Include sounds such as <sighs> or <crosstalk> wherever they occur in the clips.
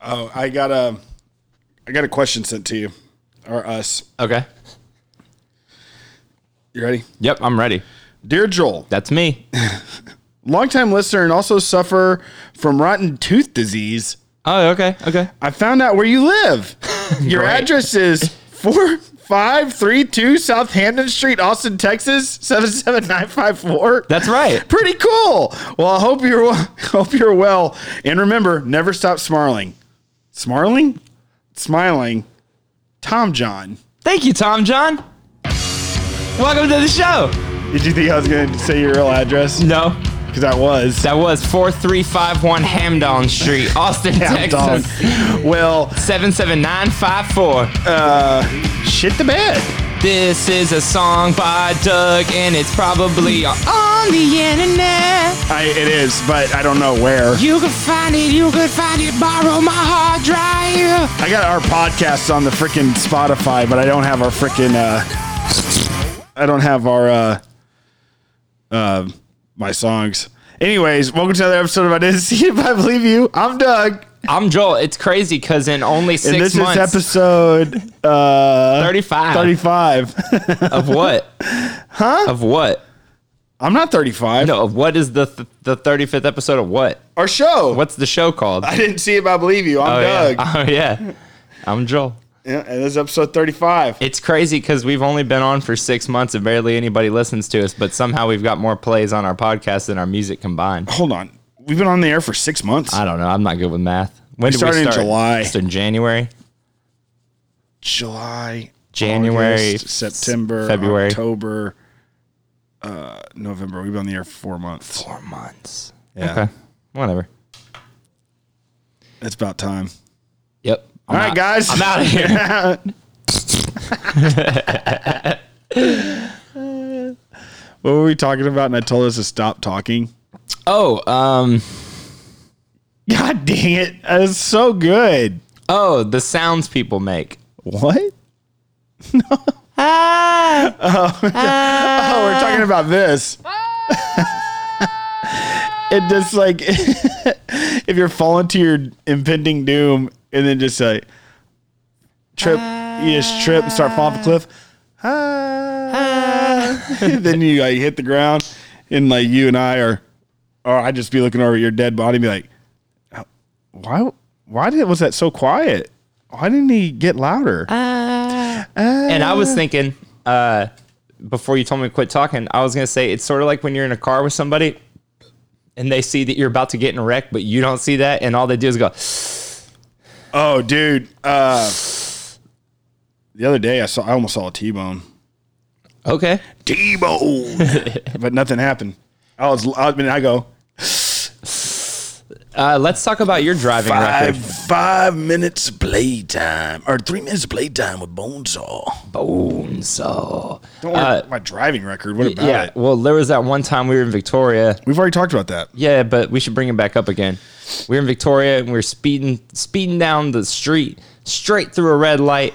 Oh, I got a, I got a question sent to you, or us. Okay. You ready? Yep, I'm ready. Dear Joel, That's me. longtime listener and also suffer from rotten tooth disease. Oh, okay, okay. I found out where you <laughs> live. Your Great. address is four five three two Southampton Street, Austin, Texas seven seven nine five four. That's right. <laughs> pretty cool. Well, I hope you're well- <laughs> hope you're well, and remember, never stop smiling, smiling, smiling. Tom John. Thank you, Tom John. Welcome to the show. Did you think I was going to say your real address? No, Because I was. that was 4351 Hamdon Street, Austin, Damn, dog. Texas. Well, 77954. uh, shit the bed. This is a song by Doug, and it's probably on the internet. I, it is, but I don't know where. You can find it, you can find it, borrow my hard drive. I got our podcasts on the freaking Spotify, but I don't have our freaking. Uh, I don't have our uh, uh, my songs. Anyways, welcome to another episode of I Didn't See It, But I Believe You. I'm Doug, I'm Joel. It's crazy because in only six and this months, is episode <laughs> uh, 35 thirty-five. <laughs> of what? Huh? Of what? I'm not thirty-five. No, of what is the th- the 35th episode of what? Our show. What's the show called? I didn't see it, but I believe you. I'm oh, Doug, Yeah. <laughs> oh yeah, I'm Joel. yeah, and this is episode thirty-five. It's crazy because we've only been on for six months and barely anybody listens to us, but somehow we've got more plays on our podcast than our music combined. Hold on, we've been on the air for six months. I don't know. I'm not good with math. When did started we in start? July. Just in January. July, January, August, September, February. October, uh, November. We've been on the air four months. Four months. Yeah. Okay. Whatever. It's about time. Yep. I'm All right, out. guys. I'm out of here. <laughs> What were we talking about? And I told us to stop <laughs> talking. oh, um, God dang it! That's so good. oh, the sounds people make. <laughs> What? No. Oh, <laughs> oh, we're talking about this. it just like <laughs> if you're falling to your impending doom and then just like trip, you just trip and start falling off a cliff. Ah. <laughs> then you like hit the ground and like you and I are, or I'd just be looking over at your dead body and be like, why, why did, was that so quiet? Why didn't he get louder? And I was thinking, uh, before you told me to quit talking, I was gonna say it's sort of like when you're in a car with somebody and they see that you're about to get in a wreck, but you don't see that, and all they do is go, Oh, dude. Uh, the other day, I saw. I almost saw a T-bone. Okay. T-bone, <laughs> but nothing happened. I was. I mean, I go Uh, let's talk about your driving five record. five minutes playtime or three minutes playtime with Bonesaw. Bone saw. Don't worry about my driving record. What about Uh, Yeah. it? Well, there was that one time we were in Victoria. We've already talked about that. Yeah, but we should bring it back up again. We were in Victoria and we were speeding speeding down the street straight through a red light.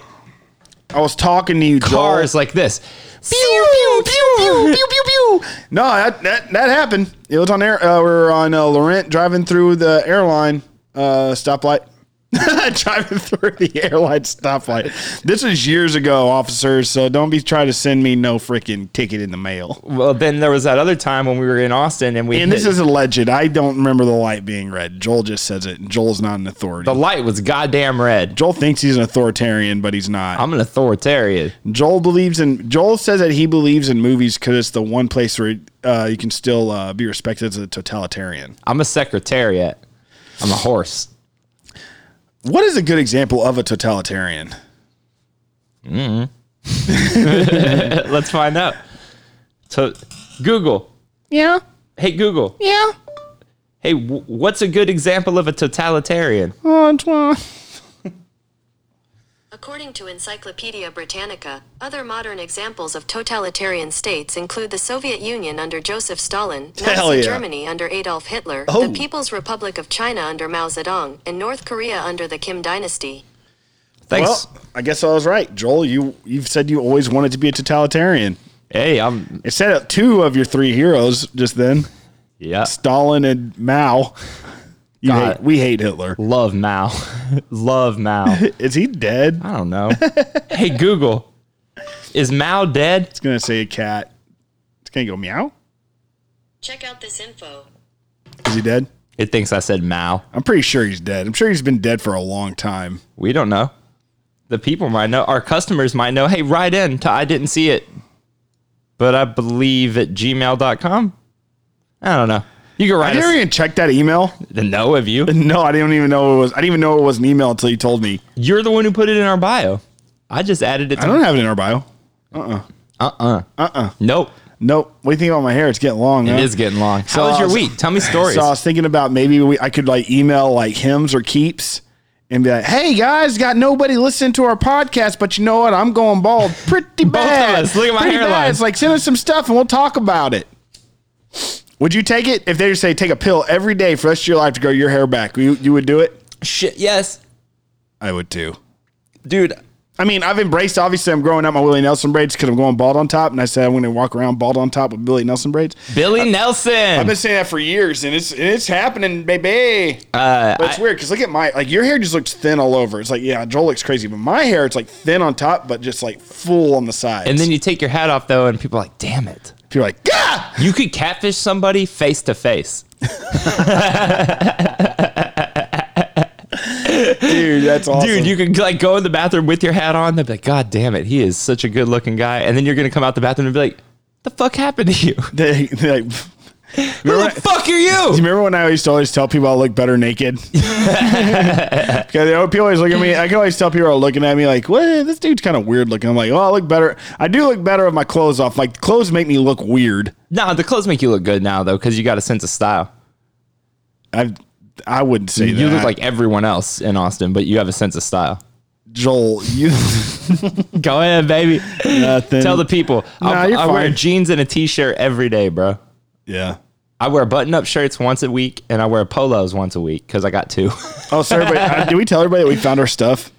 I was talking to you, Cars Joel. like this. Pew pew pew <laughs> pew pew pew pew. No, that, that that happened. It was on air. Uh, we were on uh, Laurent driving through the airline uh, stoplight. <laughs> driving through the airline stoplight. This was years ago, officers. So don't be trying to send me no freaking ticket in the mail. Well, then there was that other time when we were in Austin and we And this hit- is alleged. I don't remember the light being red. Joel just says it, and Joel's not an authority. the light was goddamn red. Joel thinks he's an authoritarian, but he's not. I'm an authoritarian. Joel believes in. Joel says that he believes in movies because it's the one place where uh, you can still uh, be respected as a totalitarian. I'm a secretariat. I'm a horse. <laughs> What is a good example of a totalitarian? Let's find out. So, Google. Yeah. Hey Google. Yeah. Hey, w- what's a good example of a totalitarian? Antoine. According to Encyclopedia Britannica, other modern examples of totalitarian states include the Soviet Union under Joseph Stalin, <laughs> Hell Nazi yeah. Germany under Adolf Hitler, Oh. the People's Republic of China under Mao Zedong, and North Korea under the Kim dynasty. Thanks. Well, I guess I was right, Joel. You you've said you always wanted to be a totalitarian. hey, I'm It said it two of your three heroes just then, yeah. Stalin and Mao. You God. hate, we hate Hitler. Love Mao. <laughs> Love Mao. Is he dead? I I <laughs> don't know. hey Google, is Mao dead? was gonna say a cat. It's gonna go meow. Check out this info. Is he dead? It thinks I said Mao. I'm pretty sure he's dead. I'm sure he's been dead for a long time. We don't know. The people might know. Our customers might know. Hey, write in to I didn't see it, but I believe at gmail.com. I don't know. You can I write didn't us even check that email. the no of you. <laughs> No, I didn't even know it was. I didn't even know it was an email until you told me. You're the one who put it in our bio. I just added it I to Uh-uh. don't Uh-uh. have it in our bio. Nope. Nope. What do you think about my hair? It's getting long. It huh? is getting long. So How was I your was- week? <laughs> Tell me stories. So I was thinking about maybe we, I could like email like hymns or keeps and be like, "Hey guys, got nobody listening to our podcast, but you know what? I'm going bald pretty <laughs> of bad. us. Look at my Pretty bad. hairline. It's like send us some stuff and we'll talk about it." Would you take it if they say take a pill every day for the rest of your life to grow your hair back? You you would do it? Shit. Yes, I would too. dude. I mean, I've embraced. Obviously, I'm growing out my Willie Nelson braids because I'm going bald on top, and I said I'm going to walk around bald on top with Billy Nelson braids. Billy Nelson. I've been saying that for years, and it's and it's happening, baby. Uh, but it's weird because look at my like your hair just looks thin all over. It's like yeah, Joel looks crazy, but my hair it's like thin on top, but just like full on the sides. and then you take your hat off though, and people are like, "Damn it." you're like, Gah! You could catfish somebody face to face. dude, that's awesome. Dude, you could like go in the bathroom with your hat on. They'd be like, God damn it, he is such a good looking guy. And then you're gonna come out the bathroom and be like, the fuck happened to you? <laughs> <laughs> They- they're like, Who Remember- the fuck are you? remember when I used to always tell people I look better <laughs> naked? <laughs> Because people always look at me. I can always tell people are looking at me like, "What? This dude's kind of weird looking." I'm like, "Oh, I look better. I do look better with my clothes off. Like clothes make me look weird." Nah, the clothes make you look good now though, because you got a sense of style. I I wouldn't say that. You look like everyone else in Austin, but you have a sense of style. Joel. <laughs> You Go ahead, baby. nothing. Tell the people. <laughs> Nah, I, you're I wear fine. jeans and a t shirt every day, bro. yeah. I wear button up shirts once a week and I wear polos once a week because I got two. <laughs> Oh, so everybody, uh, did we tell everybody that we found our stuff?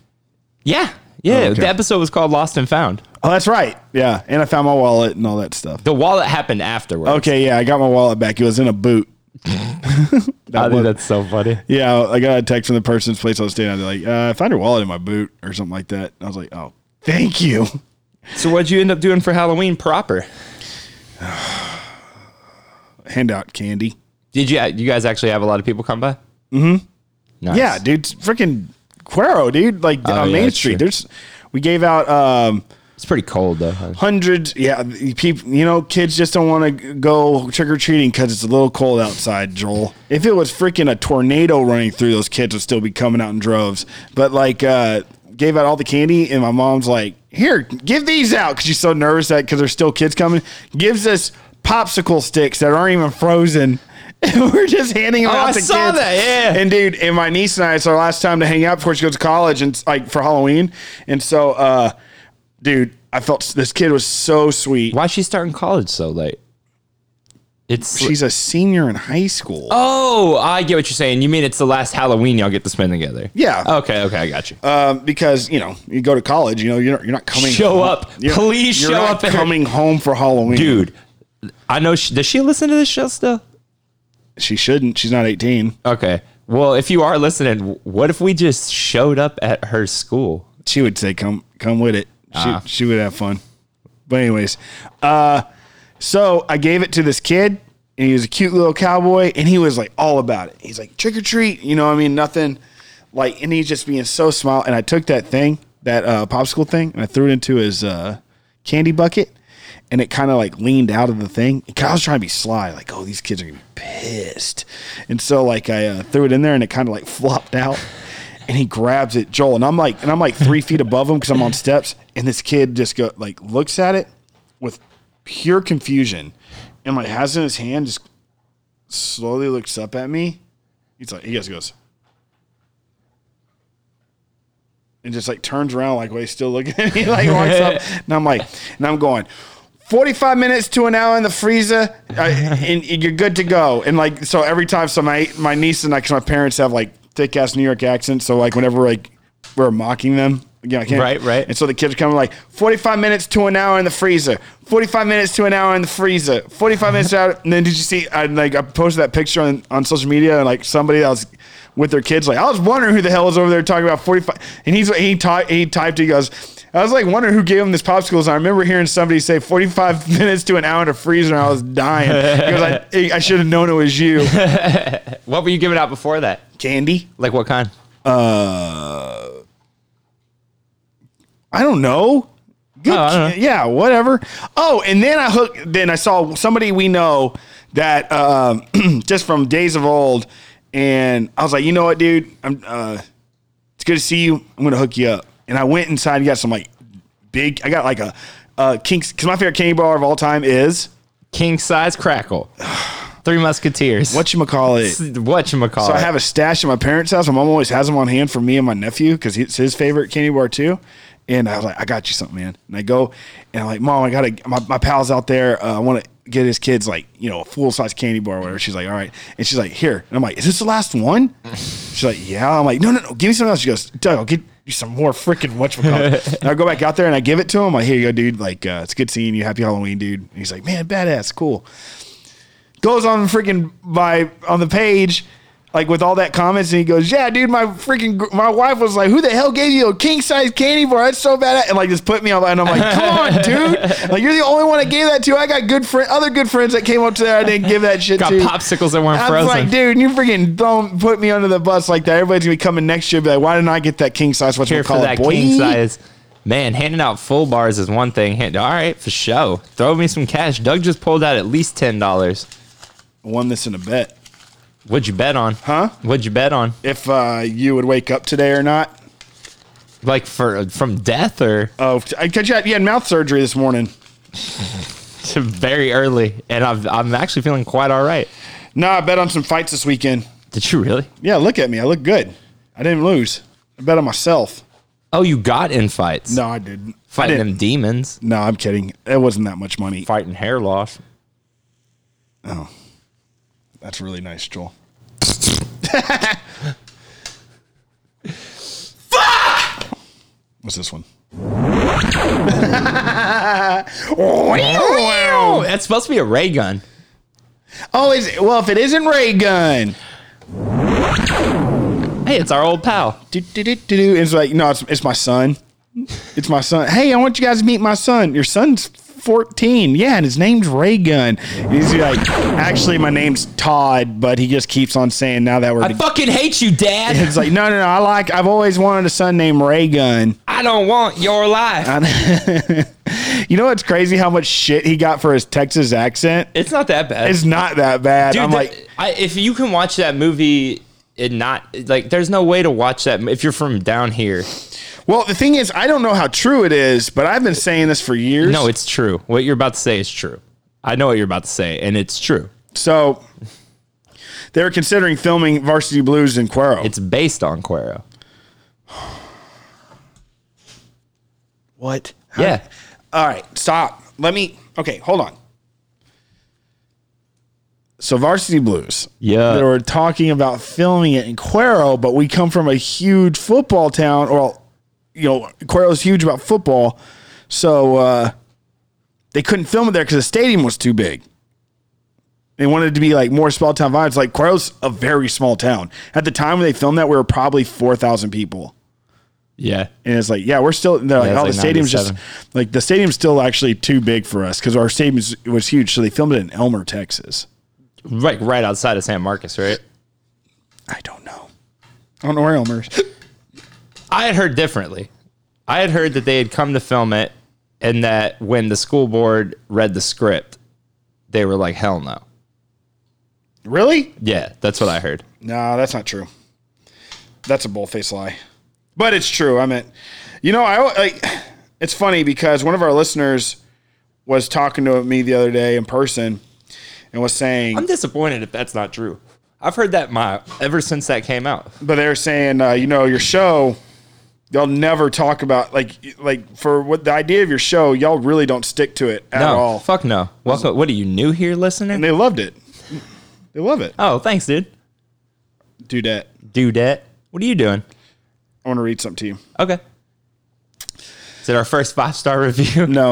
yeah. Yeah. Oh, okay. The episode was called Lost and Found. Oh, that's right. Yeah, and I found my wallet and all that stuff. The wallet happened afterwards. Okay, yeah, I got my wallet back. It was in a boot. That I think was- that's so funny. yeah, I got a text from the person's place I was staying at. They're like, uh, "I found your wallet in my boot" or something like that. I was like, "Oh, thank you." <laughs> So what'd you end up doing for Halloween proper? Hand out candy. Did you you guys actually have a lot of people come by? Mm-hmm. Nice. Oh, Yeah, dude, it's freaking Cuero, dude. Like on yeah, Main that's Street, true. there's we gave out um, It's pretty cold though. hundreds. Yeah, people. You know, kids just don't want to go trick or treating because it's a little cold outside. Joel, if it was freaking a tornado running through, those kids would still be coming out in droves. But like, uh, gave out all the candy, and my mom's like, "Here, give these out," because she's so nervous that because there's still kids coming. Gives us popsicle sticks that aren't even frozen. <laughs> And we're just handing them Oh, out I to saw kids. that, yeah. And dude, and my niece and I, it's our last time to hang out before she goes to college and like for Halloween. And so, uh, dude, I felt this kid was so sweet. Why's she starting college so late? It's She's a senior in high school. oh, I get what you're saying. You mean it's the last Halloween y'all get to spend together? Yeah. Okay. Okay, I got you. Um, because you know you go to college, you know you're not, you're not coming. Oh. Show home- up. You're- Please you're show not up and- coming home for Halloween, Dude, I know. She, does she listen to this show still? She shouldn't. She's not 18. Okay. Well, if you are listening, what if we just showed up at her school? She would say, "Come, come with it." She, Ah. she would have fun. But anyways, uh, so I gave it to this kid, and he was a cute little cowboy, and he was like all about it. He's like trick or treat, you know. what I mean, nothing. Like, and he's just being so small. And I took that thing, that uh, popsicle thing, and I threw it into his uh, candy bucket, and it kind of like leaned out of the thing. And I was trying to be sly, like, "Oh, these kids are gonna be pissed," and so like I uh, threw it in there, and it kind of like flopped out. And he grabs it, Joel, and I'm like, and I'm like three feet above him because I'm on steps, and this kid just go like looks at it with pure confusion and like has it in his hand just slowly looks up at me he's like he just goes and just like turns around like well he's still looking at me <laughs> like walks up and i'm like and i'm going 45 minutes to an hour in the freezer uh, and, and you're good to go and like so every time so my my niece and I, 'cause my parents have like thick ass new york accents so like whenever like we're mocking them Yeah, I can't. Right, right. And so the kids are coming like 45 minutes to an hour in the freezer, 45 minutes to an hour in the freezer, 45 minutes out. And then did you see? I like I posted that picture on, on social media, and like somebody that was with their kids, like I was wondering who the hell is over there talking about 45. And he's he ty- he typed. He goes, I was like wondering who gave him this popsicles. And I remember hearing somebody say 45 <laughs> minutes to an hour in a freezer, and I was dying because I I should have known it was you. What were you giving out before that? Candy. Like what kind? Uh, I don't know. Good, Oh, I don't know. ki- yeah, whatever. Oh, and then I hook. Then I saw somebody we know that um, <clears throat> just from days of old, and I was like, you know what, dude, I'm. Uh, it's good to see you. I'm gonna hook you up. And I went inside and got some like big. I got like a uh, kinks because my favorite candy bar of all time is King size crackle. <sighs> Three Musketeers. what you call it. what you call So I have a stash at my parents' house. My mom always has them on hand for me and my nephew because it's his favorite candy bar too. And I was like, I got you something, man. And I go and I'm like, Mom, I gotta. My, my pal's out there. Uh, I want to get his kids like you know a full size candy bar or whatever. She's like, all right. And she's like, here. And I'm like, is this the last one? She's like, yeah. I'm like, no, no, no. Give me something else. She goes, Doug, I'll get you some more freaking whatchamacallit. and I go back out there and I give it to him. I'm like, here you go, dude. Like, uh, it's good seeing you. Happy Halloween, dude. And he's like, man, badass, cool goes on freaking by on the page like with all that comments and he goes yeah dude my freaking gr- my wife was like who the hell gave you a king size candy bar that's so bad and like just put me on and i'm like come <laughs> on dude like you're the only one i gave that to i got good friend other good friends that came up to there i didn't give that shit Got to popsicles that weren't I was frozen. like, dude, you freaking don't put me under the bus like that. Everybody's gonna be coming next year. and Be like, why didn't I get that king size? What you Here for call that it, boy? king size. Man, handing out full bars is one thing. Hand- All right, for show. Throw me some cash. Doug just pulled out at least ten dollars. Won this in a bet. What'd you bet on? Huh? What'd you bet on? If uh, you would wake up today or not? Like for from death or <laughs> Oh, I catch you. Had, you had mouth surgery this morning. to very early? And I've, I'm actually feeling quite all right. No, I bet on some fights this weekend. Did you really? Yeah, look at me. I look good. I didn't lose. I bet on myself. Oh, you got in fights. No, I didn't. I fighting didn't. them demons, No, I'm kidding. It wasn't that much money. fighting hair loss. That's really nice, <laughs> Joel. What's this one? Oh, that's supposed to be a ray gun. Oh, is it? <laughs> Well, if it isn't ray gun, Hey, it's our old pal. do, do, do, do, do. it's like no, it's, it's my son. It's my son. Hey, I want you guys to meet my son. Your son's 14. Yeah, and his name's Ray Gun. And he's like, actually, my name's Todd, but he just keeps on saying now that we're. I fucking hate you, Dad. it's like, no, no, no. I like. I've always wanted a son named Ray Gun. I don't want your life. <laughs> You know what's crazy? How much shit he got for his Texas accent. it's not that bad. It's not that bad. Dude, I'm the- like, I, if you can watch that movie and not like, there's no way to watch that m- if you're from down here. well, the thing is, I don't know how true it is, but I've been saying this for years. No, it's true. What you're about to say is true. I know what you're about to say, and it's true. so. They were considering filming Varsity Blues in Cuero. It's based on Cuero. what? Yeah. All right, stop. Let me. Okay, hold on. So Varsity Blues. Yeah. They were talking about filming it in Cuero, but we come from a huge football town. Or, you know, Cuero's huge about football, so uh, they couldn't film it there because the stadium was too big. They wanted it to be like more small town vibes. Like Cuero's a very small town. At the time when they filmed that, we were probably four thousand people. Yeah. And it's like, yeah, we're still, they're like, it's oh, like the stadium's just, 97. like, the stadium's still actually too big for us because our stadium is- was huge. So they filmed it in Elmer, Texas. Right, right outside of San Marcos, right? I don't know. I don't know where Elmer's. I had heard differently. I had heard that they had come to film it, and that when the school board read the script, they were like, "Hell no." <laughs> really? Yeah, that's what I heard. No, that's not true. That's a bullface lie. But it's true. I meant, you know, I al- like. It's funny because one of our listeners was talking to me the other day in person and was saying, I'm disappointed if that's not true. I've heard that my ever since that came out. but they're saying, uh, you know, your show, y'all never talk about like like for what the idea of your show, y'all really don't stick to it at No, all. fuck no. Welcome. What are you new here, And listener? they loved it. They love it. Oh, thanks, dude. Do that. Dudette, what are you doing? I want to read something to you. Okay. Is it our first five star review? <laughs> No.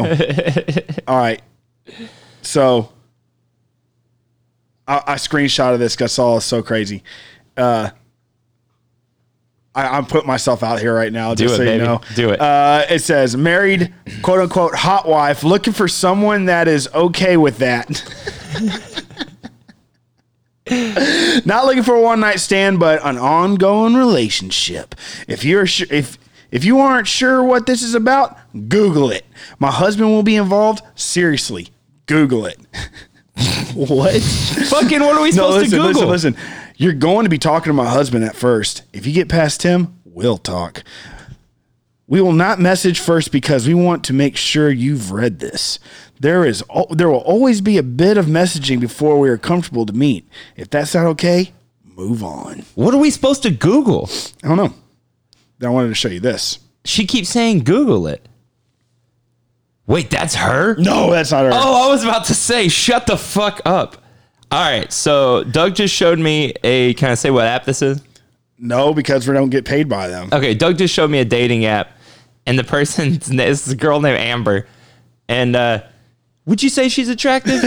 All right. So I, I screenshot of this 'cause I saw it's so crazy. Uh, I, I'm putting myself out here right now. Just it, so you baby. know. Do it. Uh, it says married, quote unquote, hot wife looking for someone that is okay with that. <laughs> Not looking for a one night stand, but an ongoing relationship. If you're sure, if if you aren't sure what this is about, Google it. My husband will be involved. Seriously, Google it. <laughs> what? Fucking what are we No, supposed listen, to Google? listen, listen. You're going to be talking to my husband at first. If you get past him, we'll talk. We will not message first because we want to make sure you've read this. There is al- there will always be a bit of messaging before we are comfortable to meet. If that's not okay, move on. What are we supposed to Google? I don't know. I wanted to show you this. She keeps saying Google it. Wait, that's her? No, that's not her. Oh, I was about to say, shut the fuck up. All right, so Doug just showed me a. Can I say what app this is? No, because we don't get paid by them. Okay, Doug just showed me a dating app, and the person's na- <laughs> this is a girl named Amber, and uh, would you say she's attractive?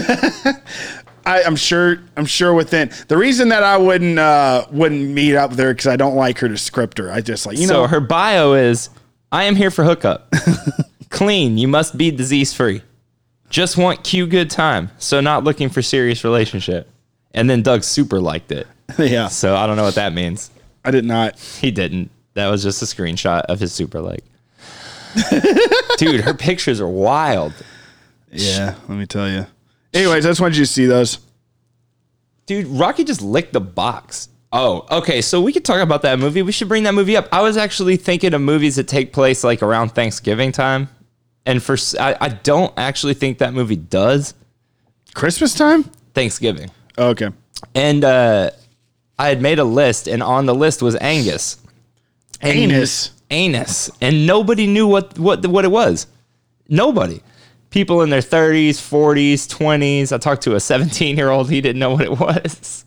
I, I'm sure. I'm sure within the reason that I wouldn't uh, wouldn't meet up there because I don't like her descriptor. I just like <laughs> you so know her bio is, "I am here <laughs> for hookup, clean. You must be disease free. Just want cute good time. So not looking for serious relationship." And then Doug super liked it. <laughs> yeah. So I don't know what that means. I did not. He didn't. That was just a screenshot of his <laughs> super like. Dude, her pictures are wild. Yeah, let me tell you. Anyways, I just wanted you to see those. Dude, Rocky just licked the box. Oh, okay. So we could talk about that movie. We should bring that movie up. I was actually thinking of movies that take place like around Thanksgiving time. And for s- I, I don't actually think that movie does Christmas time? Thanksgiving. Okay. And uh, I had made a list, and on the list was Angus. And- Anus. anus, and nobody knew what what what it was. Nobody. People in their 30s, 40s, 20s. I talked to a 17 year old. He didn't know what it was.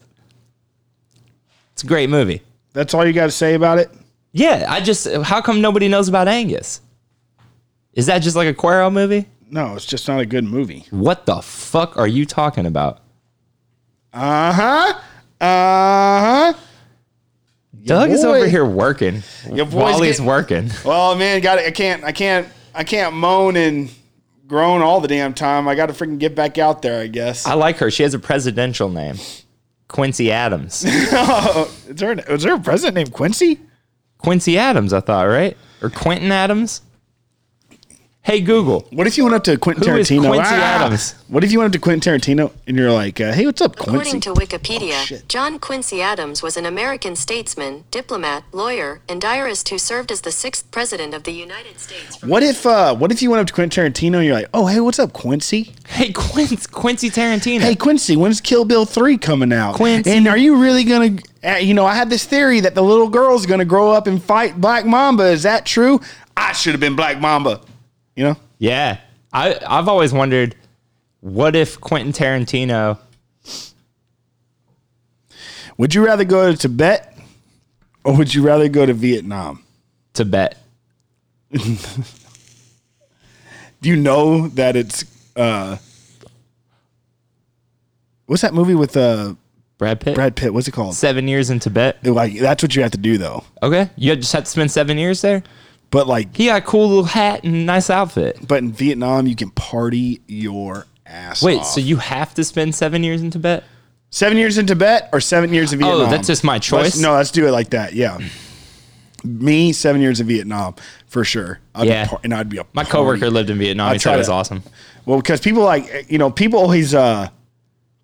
It's a great movie. That's all you got to say about it? Yeah, I just how come nobody knows about Angus? Is that just like a Cuero movie? No, it's just not a good movie. What the fuck are you talking about? Uh huh. Uh huh. Doug is boy. over here working. Your boy's Wally's getting- working. Well, man, got it. I can't. I can't. I can't moan and groan all the damn time. I got to freaking get back out there. I guess. I like her. She has a presidential name. Quincy Adams. Is there, an, is there a president named Quincy? Quincy Adams, I thought, right? Or Quentin Adams? Hey Google, What if you went up to Quentin Who Tarantino? Ah. is Quincy Adams? What if you went up to Quentin Tarantino and you're like, uh, "Hey, what's up, Quincy?" According to Wikipedia, shit. John Quincy Adams was an American statesman, diplomat, lawyer, and diarist who served as the sixth president of the United States. from- what if? Uh, what if you went up to Quentin Tarantino and you're like, "Oh, hey, what's up, Quincy?" hey Quincy, Quincy Tarantino. Hey Quincy, when's Kill Bill three coming out? Quincy. and are you really gonna? Uh, you know, I had this theory that the little girl's gonna grow up and fight Black Mamba. Is that true? I should have been Black Mamba. You know, Yeah, I I've always wondered, what if Quentin Tarantino? would you rather go to Tibet or would you rather go to Vietnam? Tibet. Do you know that it's uh, what's that movie with uh Brad Pitt. Brad Pitt? What's it called? Seven years in Tibet. Like that's what you have to do though. Okay, you just have to spend seven years there. But like, He got a cool little hat and nice outfit. but in Vietnam you can party your ass. Wait, off. so you have to spend seven years in Tibet? Seven years in Tibet or seven years in Vietnam? Oh, that's just my Let's- choice? no, let's do it like that. Yeah. Me, seven years in Vietnam for sure. I'd Yeah. Be par- and I'd be a My party. coworker lived in Vietnam. I He said try it was to- awesome. Well, because people like, you know, people always uh,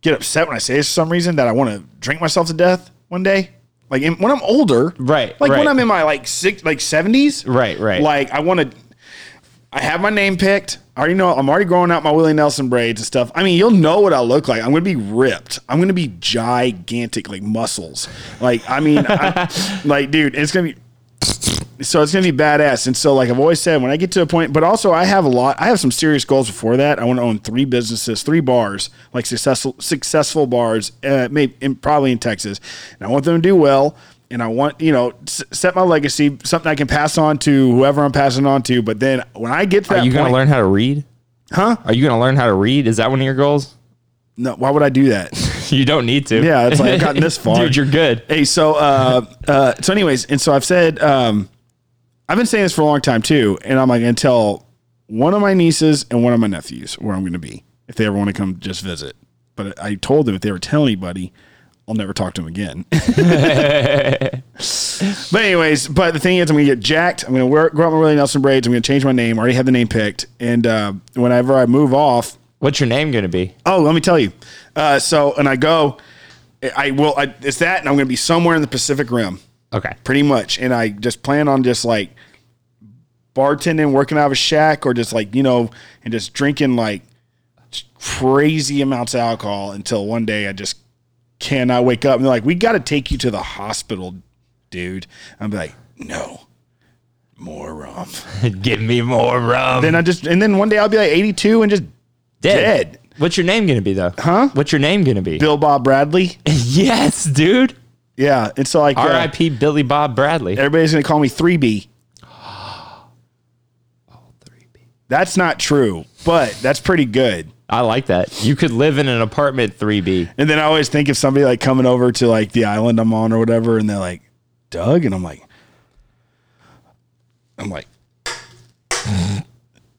get upset when I say this for some reason that I want to drink myself to death one day. Like in, when I'm older. Right, Like right. when I'm in my like six, like 70s. Right, right. Like I want to, I have my name picked. I already know. I'm already growing out my Willie Nelson braids and stuff. I mean, you'll know what I look like. I'm going to be ripped. I'm going to be gigantic, like muscles. Like, I mean, <laughs> I, like, dude, it's going to be. So it's gonna be badass, and so like I've always said, when I get to a point, but also I have a lot. I have some serious goals before that. I want to own three businesses, three bars, like successful successful bars, uh, maybe in, probably in Texas, and I want them to do well. and I want, you know, s- set my legacy, something I can pass on to whoever I'm passing on to. But then when I get to that Are you going point, to learn how to read? Huh? Are you going to learn how to read? Is that one of your goals? <laughs> no, why would I do that? <laughs> You don't need to. Yeah, it's like <laughs> I've gotten this far. Dude, you're good. hey, so, uh, uh, so anyways, and so I've said, um, I've been saying this for a long time too, and I'm like, until one of my nieces and one of my nephews where I'm going to be if they ever want to come just visit. But I told them if they ever tell anybody, I'll never talk to them again. <laughs> But anyways, but the thing is, I'm gonna get jacked. I'm gonna wear, grow out my Willie Nelson braids. I'm gonna change my name. I already have the name picked. And uh, whenever I move off, What's your name going to be? oh, let me tell you. Uh, so and I go, I will. I, it's that, and I'm gonna be somewhere in the Pacific Rim, Okay. <laughs> pretty much. And I just plan on just like bartending, working out of a shack, or just like you know, and just drinking like crazy amounts of alcohol until one day I just cannot wake up. And they're like, "We got to take you to the hospital, dude." I'm like, "No." More rum. Give me more rum. Then I just and then one day I'll be like 82 and just dead. What's your name going to be though? Huh? What's your name going to be? Bill Bob Bradley. <laughs> yes, dude. Yeah, it's like uh, R.I.P. Billy Bob Bradley. everybody's gonna call me 3B. That's not true, but that's pretty good. I like that. You could live in an apartment 3B. And then I always think of somebody like coming over to like the island I'm on or whatever, and they're like, Doug, and I'm like, I'm like,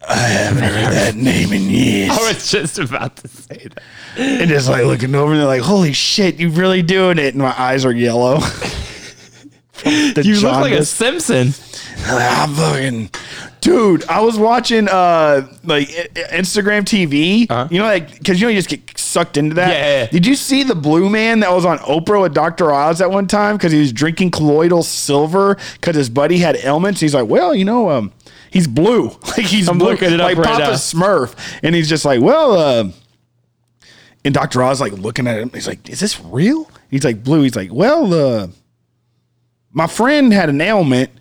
I haven't heard that name in years. <laughs> <laughs> I was just about to say that. and just like looking over and they're like, holy shit, you really doing it. And my eyes are yellow. <laughs> The You look like a jaundice. Simpson. I'm fucking, dude. I was watching uh like I- I- Instagram TV. Uh-huh. You know, like because you know you just get sucked into that. Yeah, yeah, yeah. Did you see the blue man that was on Oprah with Dr. Oz at one time because he was drinking colloidal silver because his buddy had ailments? He's like, well, you know, um, he's blue. <laughs> Like he's I'm blue. looking it up like right Papa now. Smurf, and he's just like, well, um. and Dr. Oz like looking at him. He's like, is this real? He's like blue. He's like, well, uh my friend had an ailment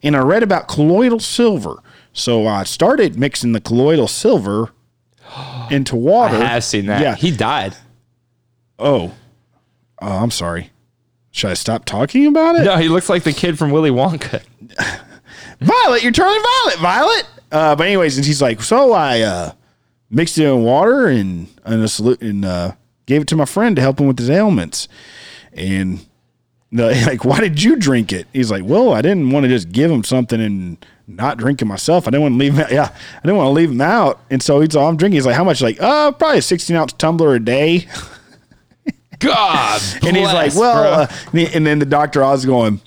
and I read about colloidal silver. So I started mixing the colloidal <gasps> silver into water. I have seen that. Yeah. He died. oh. Oh, I'm sorry. Should I stop talking about it? No, he looks like the kid from <laughs> Willy Wonka. Violet, you're turning violet, Violet. Uh, but anyways, and she's like, so I uh, mixed it in water and and, a solu- and uh, gave it to my friend to help him with his ailments. And the, <laughs> like, why did you drink it? He's like, well, I didn't want to just give him something and not drink it myself. I didn't want to leave him. <laughs> Yeah, I didn't want to leave him out. And so he's all, I'm drinking. He's like, how much? Like, uh, probably a 16 ounce tumbler a day. God. And he's like, <laughs> bless, well, bro. uh, and he- and then the doctor Oz is going,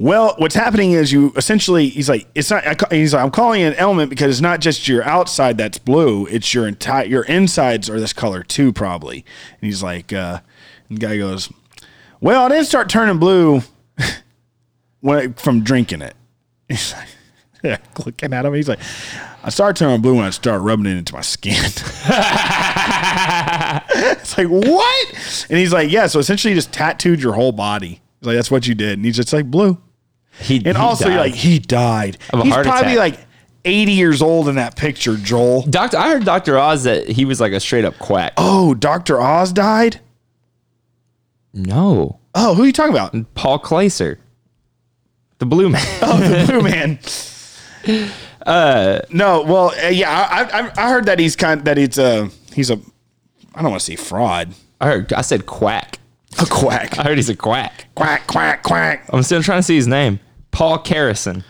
well, what's happening is you essentially, he's like, it's not, I, ca- he's like, I'm calling it an element because it's not just your outside that's blue. It's your entire, your insides are this color too, probably. And he's like, uh, and the guy goes, well, I didn't start turning blue <laughs> when it, from drinking it. <laughs> He's like, looking at him. He's like, I start turning blue when I start rubbing it into my skin. <laughs> It's like, what? And he's like, yeah. So essentially, you just tattooed your whole body. He's like, that's what you did. And he's just like, blue. he, And he also, you're died. like, he died. Of a he's heart probably attack. like 80 years old in that picture, Joel. Doctor, I heard Doctor Oz that he was like a straight up quack. Oh, Dr. Oz died? No, Oh, who are you talking about? Paul Klaser, the blue man. <laughs> Oh, the blue man. Uh, no, well, uh, yeah, I, I, I heard that he's kind that he's a, he's a, I don't want to say fraud. I heard. I said quack. A quack. I heard he's a quack. Quack, quack, quack. I'm still trying to see his name. Paul Carrison.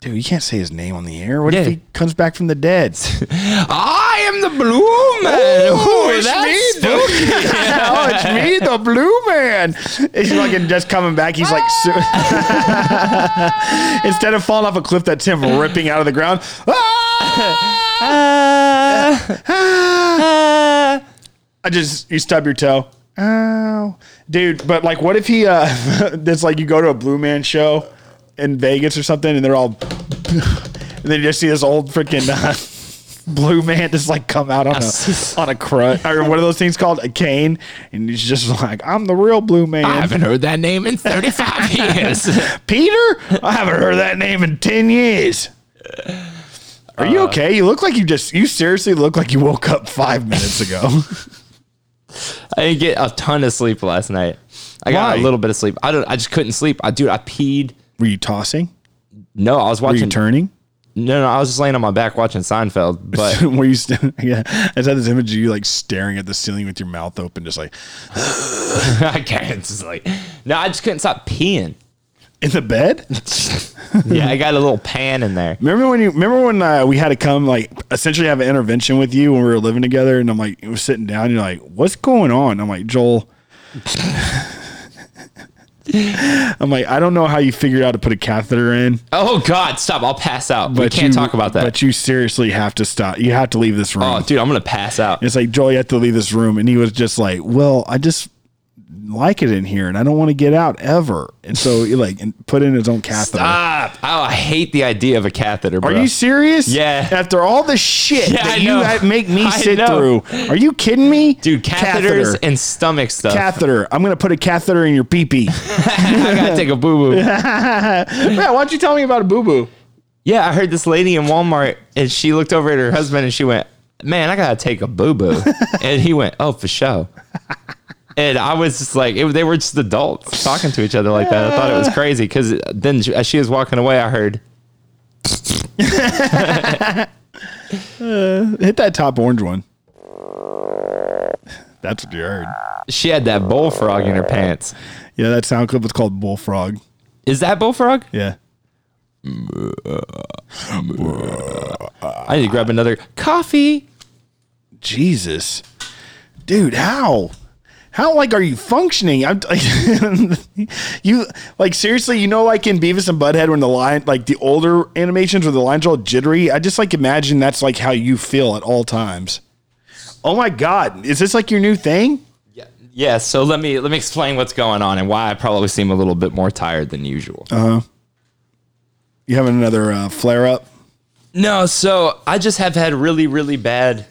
Dude, you can't say his name on the air. What if Yeah. he comes back from the dead? I am the blue man. Ooh, Ooh, it's me, that's dude. <laughs> oh, it's me, the blue man. He's fucking just coming back. He's like, su- <laughs> instead of falling off a cliff, that's him ripping out of the ground. Ah! Ah. I just, you stub your toe. Ow. Dude, but like, what if he, uh, <laughs> it's like you go to a blue man show in Vegas or something and they're all, <laughs> and then you just see this old freaking, uh, <laughs> Blue man just like come out on a on a crutch or what are those things called a cane, and he's just like I'm the real blue man. <laughs> I haven't heard that name in <laughs> 35 years. Peter? I haven't heard that name in 10 years. Are you okay? You look like you just, you seriously look like you woke up five minutes ago. <laughs> I didn't get a ton of sleep last night. I got Why? a little bit of sleep. I don't. I just couldn't sleep. I dude. I peed. Were you tossing? No, I was Were you watching. turning? No, no, I was just laying on my back watching Seinfeld. <laughs> But <laughs> Were you? St- yeah, I saw this image of you like staring at the ceiling with your mouth open, just like I can't. It's just like no, I just couldn't stop <laughs> peeing. in the bed. yeah, I got a little pan in there. Remember when you remember when uh, we had to come like essentially have an intervention with you when we were living together, and I'm like we're sitting down, and you're like, "What's going on?" I'm like, Joel. <laughs> I'm like, I don't know how you figured out to put a catheter in, Oh God, stop! I'll pass out. we can't you- talk about that. But you seriously have to stop. You have to leave this room. oh, dude, I'm gonna pass out. It's like Joel, you have to leave this room, and he was just like, "Well, I just like it in here, and I don't want to get out ever." And so he like and put in his own catheter. Stop! Oh, I hate the idea of a catheter, bro. Are you serious? Yeah. After all the shit Yeah, I that you know. had- make me <laughs> I sit know. through, are you kidding me, dude? Catheters Catheter. and stomach stuff. Catheter. I'm gonna put a catheter in your pee <laughs> pee. I gotta take <laughs> a boo boo. Man, why don't you tell me about a boo boo? Yeah, I heard this lady in Walmart, and she looked over at her husband, and she went, "Man, I gotta take a <laughs> boo boo," and he went, "Oh, for sure." And I was just like, it, they were just adults talking to each other like that. I thought it was crazy because then, as she was walking away, I heard, Hit that top orange <sighs> one. That's what you heard. She had that bullfrog in her pants. Yeah, that sound clip was called Bullfrog. Is that bullfrog? Yeah. I need to grab another coffee. Jesus, dude, how? How like are you functioning? I'm <laughs> you like seriously, you know, like in Beavis and Butthead when the line, like the older animations where the lines are all jittery. I just like imagine that's like how you feel at all times. Oh my god, is this like your new thing? Yeah, so let me let me explain what's going on and why I probably seem a little bit more tired than usual. You having another uh, flare up? No, so I just have had really really bad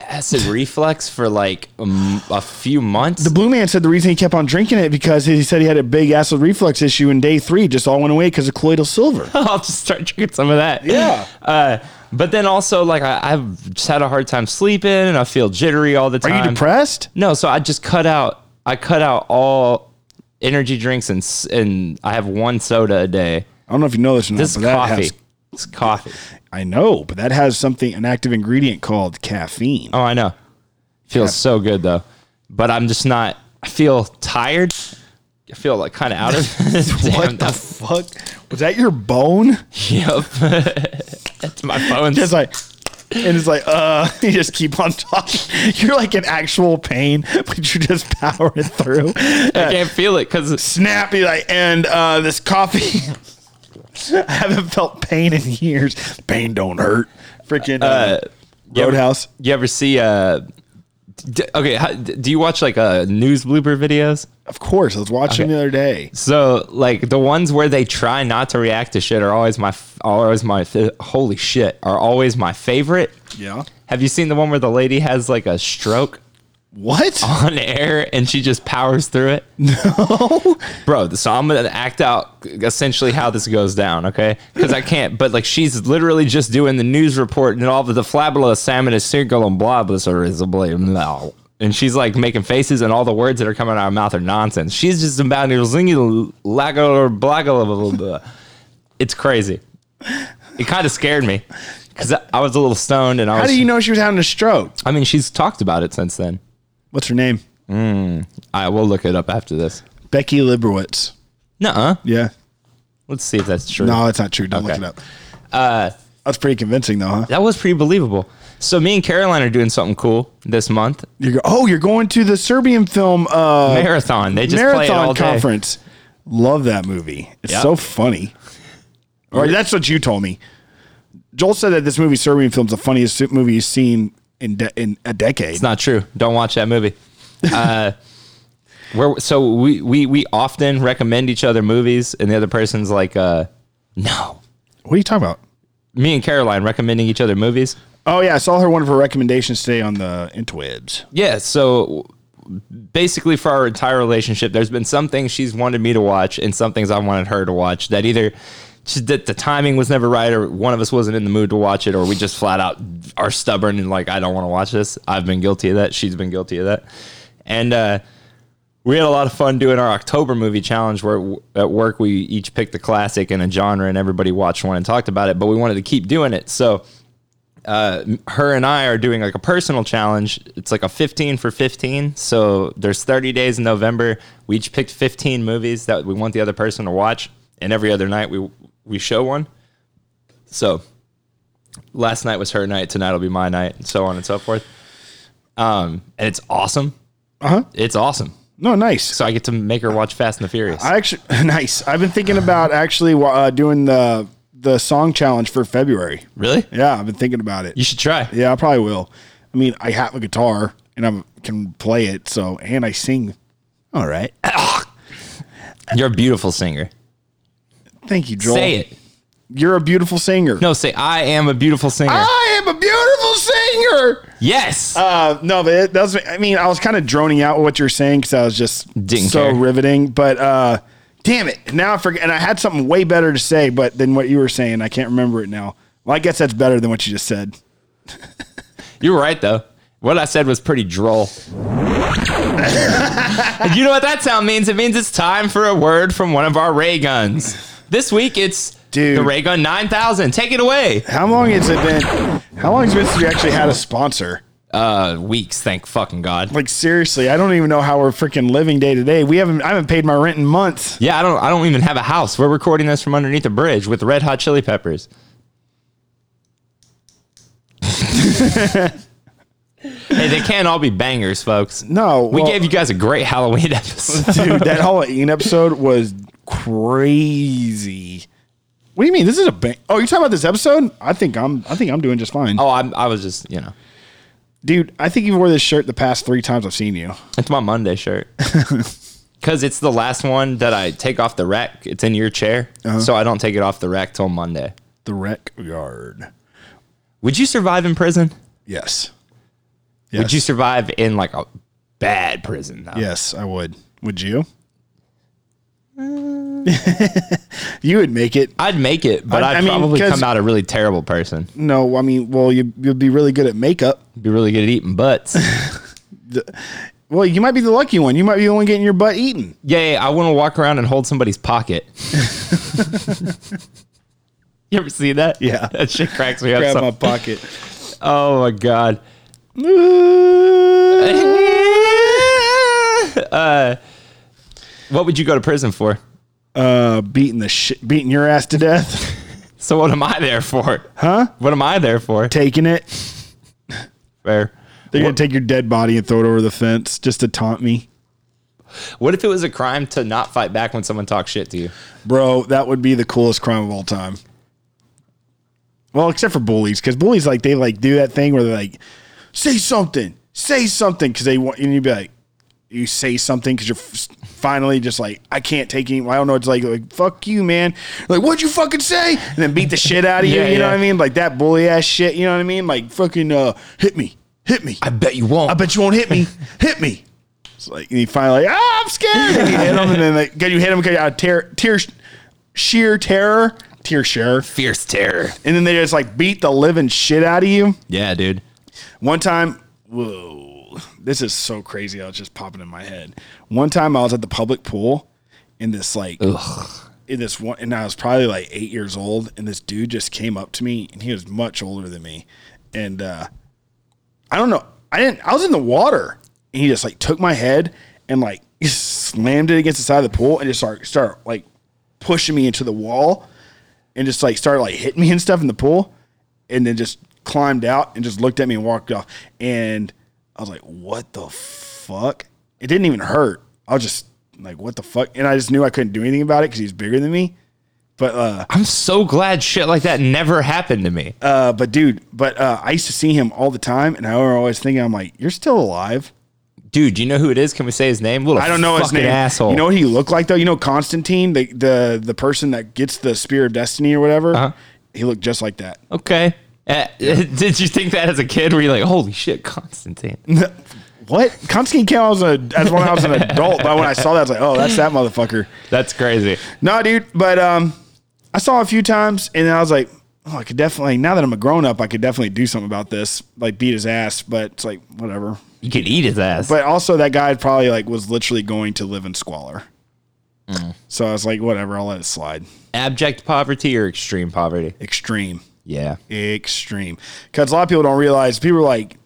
acid reflux for like a m- a few months. <laughs> The blue man said the reason he kept on drinking it because he said he had a big acid reflux issue, and day three just all went away because of colloidal silver. I'll just start drinking some of that. Yeah. Uh, but then also like I, I've just had a hard time sleeping and I feel jittery all the Are time. you depressed? No, so I just cut out. I cut out all energy drinks and s- and I have one soda a day. I don't know if you know this or not, This but is that coffee. has It's coffee. I know, but that has something an active ingredient called caffeine. Oh, I know. Feels so good though, but I'm just not. I feel tired. I feel like kind <laughs> of <laughs> out of. Damn, what the fuck? Was that your bone? <laughs> yep. <laughs> That's my phone. It's like and it's like, uh, <laughs> you just keep on talking. <laughs> You're like in actual pain, <laughs> but you just power it through. I can't feel it because Snappy, like, and uh, this coffee. <laughs> I haven't felt pain in years. Pain don't hurt. Freaking uh, Roadhouse. you ever see uh. d- Okay, how, d- do you watch like uh, news blooper videos? Of course, I was watching the other day. So like the ones where they try not to react to shit are always my f- are always my f- holy shit are always my favorite. Yeah. Have you seen the one where the lady has like a stroke <laughs> What? on air and she just powers through it? No, bro. So I'm gonna act out essentially how this goes down, okay? Because I can't. But like she's literally just doing the news report and all the, the flabella salmon is circle and blah blah blah blah, blah blah. And she's like making faces, and all the words that are coming out of her mouth are nonsense. She's just about to zing blah blah blah blah blah. It's crazy. It kind of scared me because I, I was a little stoned, and I How was. do you know she was having a stroke? I mean, she's talked about it since then. What's her name? I will look it up after this. Becky Librowitz. Nuh-uh. Yeah. Let's see if that's true. No, that's not true. Don't look Okay. it up. Uh, that's pretty convincing, though, huh? That was pretty believable. So me and Caroline are doing something cool this month. You go, oh, you're going to the Serbian film uh, Marathon. They just play it all marathon day. conference. Love that movie. It's Yep. so funny. Or that's what you told me. Joel said that this movie, Serbian film's the funniest movie he's seen in de- in a decade. It's not true. Don't watch that movie. Uh, <laughs> where so we, we we often recommend each other movies, and the other person's like, uh, no. what are you talking about? Me and Caroline recommending each other movies. Oh yeah, I saw her one of her recommendations today on the interwebs. Yeah, so basically for our entire relationship, there's been some things she's wanted me to watch and some things I wanted her to watch that either just that the timing was never right or one of us wasn't in the mood to watch it or we just flat out are stubborn and like I don't want to watch this. I've been guilty of that. She's been guilty of that. And uh we had a lot of fun doing our October movie challenge where at work we each picked the classic and a genre and everybody watched one and talked about it, but we wanted to keep doing it. So her and I are doing like a personal challenge. It's like a 15 for 15. So there's 30 days in November. We each picked 15 movies that we want the other person to watch, and every other night we we show one. So last night was her night. Tonight will be my night, and so on and so forth. Um, and it's awesome. Uh huh. Uh-huh. It's awesome. No, nice. So I get to make her watch Fast and the Furious. I actually <laughs> nice. I've been thinking about actually uh, doing the the song challenge for February. really? Yeah, I've been thinking about it. You should try. Yeah, I probably will. I mean, I have a guitar and I can play it. So and I sing. All right. <coughs> You're a beautiful singer. Thank you, Joel. Say it. You're a beautiful singer. No, say I am a beautiful singer. I am a beautiful singer. yes. Uh, no, but it, that was, I mean, I was kind of droning out what you're saying because I was just Didn't so care. riveting. But uh, damn it, now I forget. And I had something way better to say, but than what you were saying, I can't remember it now. Well, I guess that's better than what you just said. You were right though. What I said was pretty droll. And you know what that sound means? It means it's time for a word from one of our ray guns. This week it's Dude. the ray gun 9000. Take it away. How long has it been? How long has it been since we actually had a sponsor? Uh weeks, thank fucking god. Like seriously, I don't even know how we're freaking living day to day. We haven't, I haven't paid my rent in months. Yeah, I don't I don't even have a house. We're recording this from underneath a bridge with red hot chili peppers. <laughs> hey, they can't all be bangers, folks. No, We well- gave you guys a great Halloween episode. <laughs> dude. That Halloween episode was crazy. What do you mean? This is a bang. Oh, you're talking about this episode? I think I'm. I think I'm doing just fine, Oh, I'm, I was just, you know, dude. I think you wore this shirt the past three times I've seen you. It's my <laughs> Monday shirt. Because it's the last one that I take off the rack. It's in your chair. Uh-huh. So I don't take it off the rack till Monday. The rec yard. Would you survive in prison? Yes. Would you survive in like a bad prison? Though? Yes, I would. Would you? <laughs> you would make it. I'd make it, but I- I, would I mean, probably 'cause- come out a really terrible person. No, I mean, well, you you'd be really good at makeup. Be really good at eating butts. <laughs> Well, you might be the lucky one. You might be the one getting your butt eaten. Yay, I want to walk around and hold somebody's pocket. <laughs> you ever see that? Yeah. That shit cracks me up. Grab <laughs> so- my pocket. oh my God. <laughs> uh, what would you go to prison for? Uh, beating the shit, beating your ass to death. <laughs> So what am I there for? Huh? What am I there for? Taking it. Fair. They're gonna take your dead body and throw it over the fence just to taunt me, What if it was a crime to not fight back when someone talks shit to you? bro. That would be the coolest crime of all time. Well, except for bullies, because bullies like they like do that thing where they're like, say something, say something, because they want and you'd be like, you say something because you're f- finally just like, I can't take any. I don't know. It's like, like fuck you, man. Like, what'd you fucking say? And then beat the shit out of you. Yeah, you know yeah. what I mean? Like that bully ass shit. You know what I mean? Like fucking uh, hit me, hit me. I bet you won't. I bet you won't hit me. hit me. It's like and he finally like, ah, I'm scared. And you hit him, and then like, can you hit him? Can you out of tear, tear, sheer terror, tear share? Fierce terror. And then they just like beat the living shit out of you. Yeah, dude. One time, whoa, this is so crazy. I was just popping in my head. One time, I was at the public pool, and this like, in this one, and I was probably like eight years old, and this dude just came up to me, and he was much older than me, and uh, I don't know, I didn't, I was in the water, and he just like took my head and like slammed it against the side of the pool, and just started start like pushing me into the wall, and just like started like hitting me and stuff in the pool and then just climbed out and just looked at me and walked off. And I was like, what the fuck? It didn't even hurt. I was just like, what the fuck? And I just knew I couldn't do anything about it because he's bigger than me. But uh, I'm so glad shit like that never happened to me. uh but dude, but uh, I used to see him all the time, and I was always thinking, I'm like, you're still alive. Dude, you know who it is? Can we say his name? Little I don't know his fucking name. Asshole. You know what he looked like though? You know Constantine, the the the person that gets the spear of destiny or whatever. Uh-huh. He looked just like that. okay. Uh, <laughs> did you think that as a kid? Were you like, holy <laughs> shit, Constantine? What? Constantine came out as, a, as when I was an adult, but when I saw that, I was like, oh, that's that motherfucker. That's crazy. No, dude, but um, I saw him a few times, and then I was like, oh, I could definitely now that I'm a grown up, I could definitely do something about this, like beat his ass. But it's like whatever. You could eat his ass. But also, that guy probably like was literally going to live in squalor. So I was like, whatever, I'll let it slide. Abject poverty or extreme poverty? Extreme. Yeah. extreme because a lot of people don't realize people are like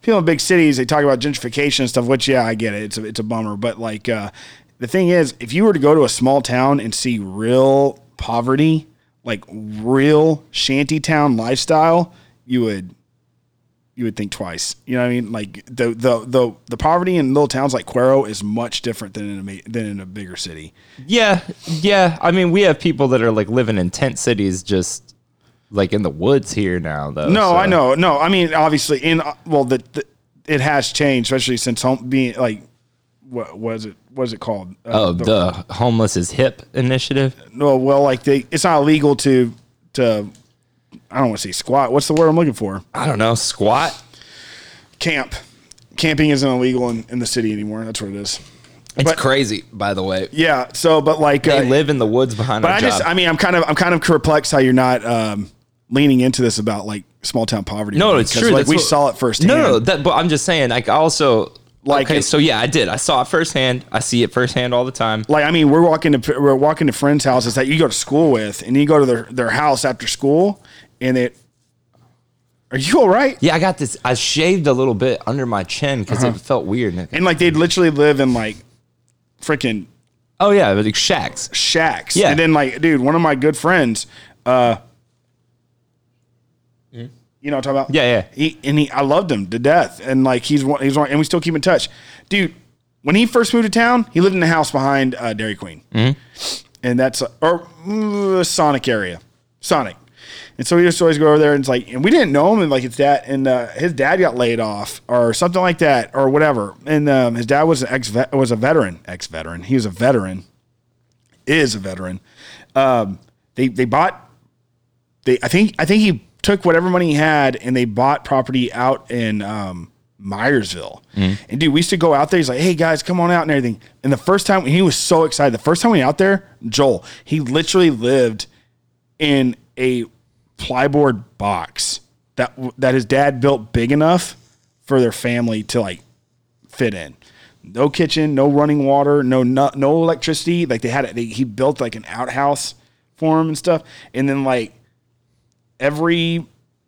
people in big cities they talk about gentrification and stuff which yeah i get it it's a, it's a bummer but like uh, the thing is if you were to go to a small town and see real poverty like real shanty town lifestyle you would you would think twice you know what i mean like the the the, the poverty in little towns like cuero is much different than in a ma- than in a bigger city Yeah. Yeah. I mean, we have people that are like living in tent cities just like in the woods here now, though. No, so- I know. No, I mean obviously in uh, well the, the it has changed, especially since home being like what was it was it called? Uh, Oh, the homeless is hip initiative. no, well like they it's not illegal to to I don't want to say squat. What's the word I'm looking for? I don't know. Squat. Camp. Camping isn't illegal in, in the city anymore. That's what it is. It's But- crazy, by the way. Yeah. So, but like They uh, live in the woods behind But our I job. just I mean I'm kind of I'm kind of perplexed how you're not um, leaning into this about like small town poverty. No, it's 'Cause, true. Like That's we what- saw it firsthand. no, no, that, but I'm just saying, like, I also Like like. Okay, it- so yeah, I did. I saw it firsthand. I see it firsthand all the time. like I mean, we're walking to we're walking to friends' houses that you go to school with, and you go to their their house after school, and it. Are you all right? Yeah, I got this. I shaved a little bit under my chin because Uh-huh. it felt weird. And it- And like they'd literally live in like freaking oh yeah, but like shacks. shacks. Yeah. And then like, dude, one of my good friends, uh, you know what I'm talking about? Yeah, yeah. He and he, I loved him to death, and like he's one, he's one, and we still keep in touch, dude. When he first moved to town, he lived in a house behind uh, Dairy Queen, Mm-hmm. and that's or uh, Sonic area, Sonic. And so we just always go over there, and it's like, and we didn't know him, and like it's that, and uh, his dad got laid off or something like that, or whatever. And um, his dad was an ex was a veteran, ex veteran. He was a veteran, is a veteran. Um, they they bought they I think I think he took whatever money he had and they bought property out in um, Myersville. And dude, we used to go out there. He's like, "Hey guys, come on out and everything." And the first time he was so excited. The first time we went out there, Joel, he literally lived in a plyboard box that that his dad built big enough for their family to like fit in. No kitchen, no running water, no no, no electricity. Like they had it. They, he built like an outhouse for him and stuff. And then like every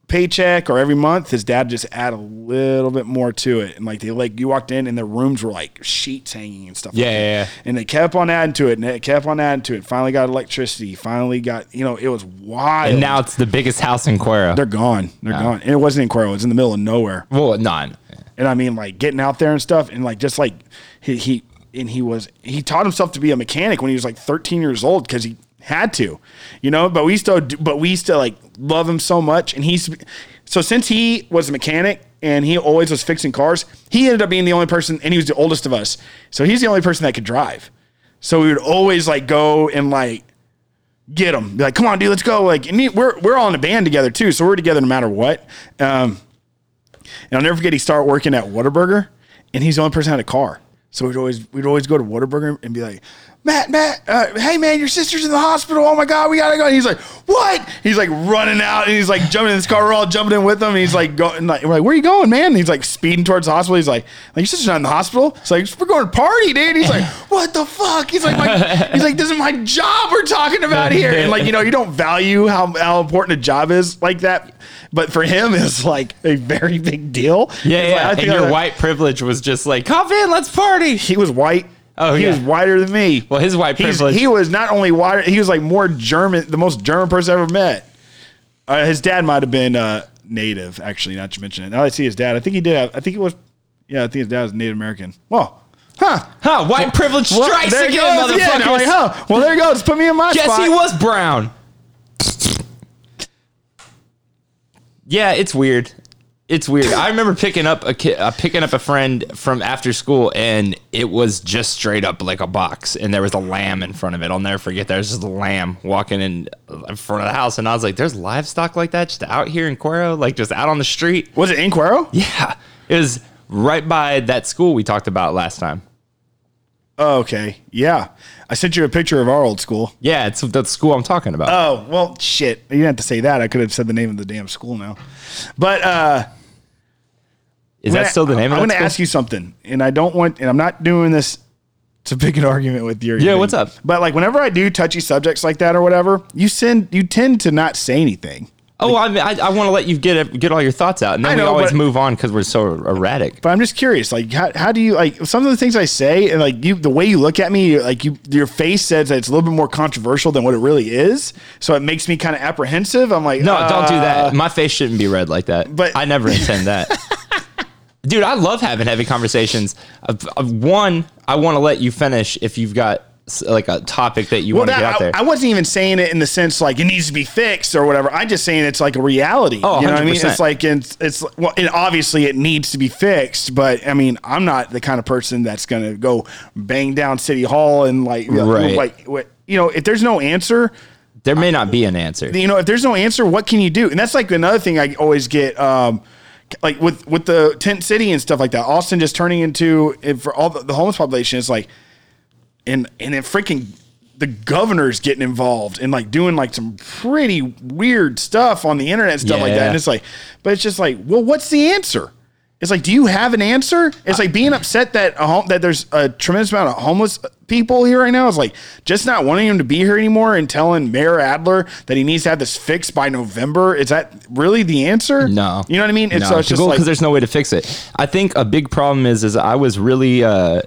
paycheck or every month, his dad just add a little bit more to it. And like they like you walked in and the rooms were like sheets hanging and stuff. like Yeah, that. yeah, yeah. And they kept on adding to it, and they kept on adding to it. Finally got electricity. Finally got you know it was wild. And now it's the biggest house in Cuero. they're gone. They're gone. And it wasn't in Cuero. It was in the middle of nowhere. well, none. And I mean, like getting out there and stuff, and like just like he, he and he was he taught himself to be a mechanic when he was like 13 years old because he had to, you know. But we still, do- but we still like love him so much, and he's so since he was a mechanic and he always was fixing cars, he ended up being the only person, and he was the oldest of us, so he's the only person that could drive. So we would always like go and like get him, be like, come on, dude, let's go. Like, and he, we're we're all in a band together too, so we're together no matter what. Um, and I'll never forget he started working at Whataburger and he's the only person that had a car. So we'd always we'd always go to Whataburger and be like, Matt, Matt, uh, hey man, your sister's in the hospital. Oh my god, we gotta go. And he's like, What? He's like running out and he's like jumping in this car. We're all jumping in with him. And he's like going like we're like, Where you going, man? And he's like speeding towards the hospital. He's like, like your sister's not in the hospital. It's like we're going to party, dude. He's <laughs> like, What the fuck? He's like my, he's like, This is my job we're talking about here. And like, you know, you don't value how, how important a job is like that. But for him it's like a very big deal. Yeah, He's yeah. like, I and think your I- white privilege was just like, hop in, let's party. He was white. Oh, he yeah. was whiter than me. Well, his white He's- privilege. He was not only whiter. He was like more German, the most German person I ever met. Uh, his dad might have been uh, native, actually. Not to mention it. Now I see his dad. I think he did. Have, I think he was. Yeah, I think his dad was Native American. Well, huh? huh? White privilege Well, strikes there it again, Oh, goes again. motherfucker. I'm like, huh? Well, there it goes. Put me in my Yes, spot. he was brown. yeah, it's weird. It's weird. I remember picking up a kid, uh, picking up a friend from after school, and it was just straight up like a box, and there was a lamb in front of it. I'll never forget. There was just a lamb walking in uh, in front of the house, and I was like, "There's livestock like that just out here in Cuero, like just out on the street." Was it in Cuero? Yeah, it was right by that school we talked about last time. Oh, okay. Yeah. I sent you a picture of our old school. Yeah, it's the school I'm talking about. Oh, well, shit. You didn't have to say that. I could have said the name of the damn school now. But uh Is that gonna- still the name I'm of going that to school? ask you something, and I don't want, and I'm not doing this to pick an argument with you. or Yeah, anything, what's up? But like, whenever I do touchy subjects like that or whatever, you send, you tend to not say anything. oh, I, mean, I, I want to let you get it- get all your thoughts out, and then I we know, always but- move on because we're so erratic. But I'm just curious, like, how, how do you like some of the things I say, and like you, the way you look at me, you're, like you, your face says that it's a little bit more controversial than what it really is, so it makes me kind of apprehensive. I'm like, No, uh, don't do that. My face shouldn't be red like that. but- But I never intend that. <laughs> Dude, I love having heavy conversations. Uh, uh, One, I want to let you finish if you've got s- like a topic that you Well, want to that, get out I, there. I wasn't even saying it in the sense like it needs to be fixed or whatever. I'm just saying it's like a reality. Oh, you know what I mean? 100%. It's like it's, it's well, and obviously it needs to be fixed. But I mean, I'm not the kind of person that's going to go bang down city hall and like Right. like what you know. If there's no answer, there may not be an answer. you know, if there's no answer, what can you do? And that's like another thing I always get, um, like with with the tent city and stuff like that. Austin just turning into and for all the, the homeless population. It's like, and and then freaking the governor's getting involved and like doing like some pretty weird stuff on the internet and stuff like that. Yeah. And it's like, but it's just like, well, what's the answer? It's like, do you have an answer? It's like being upset that a home, that there's a tremendous amount of homeless people here right now. It's like just not wanting him to be here anymore and telling Mayor Adler that he needs to have this fixed by November. Is that really the answer? No, you know what I mean. And no. so it's To just go- like, there's no way to fix it. I think a big problem is is I was really uh,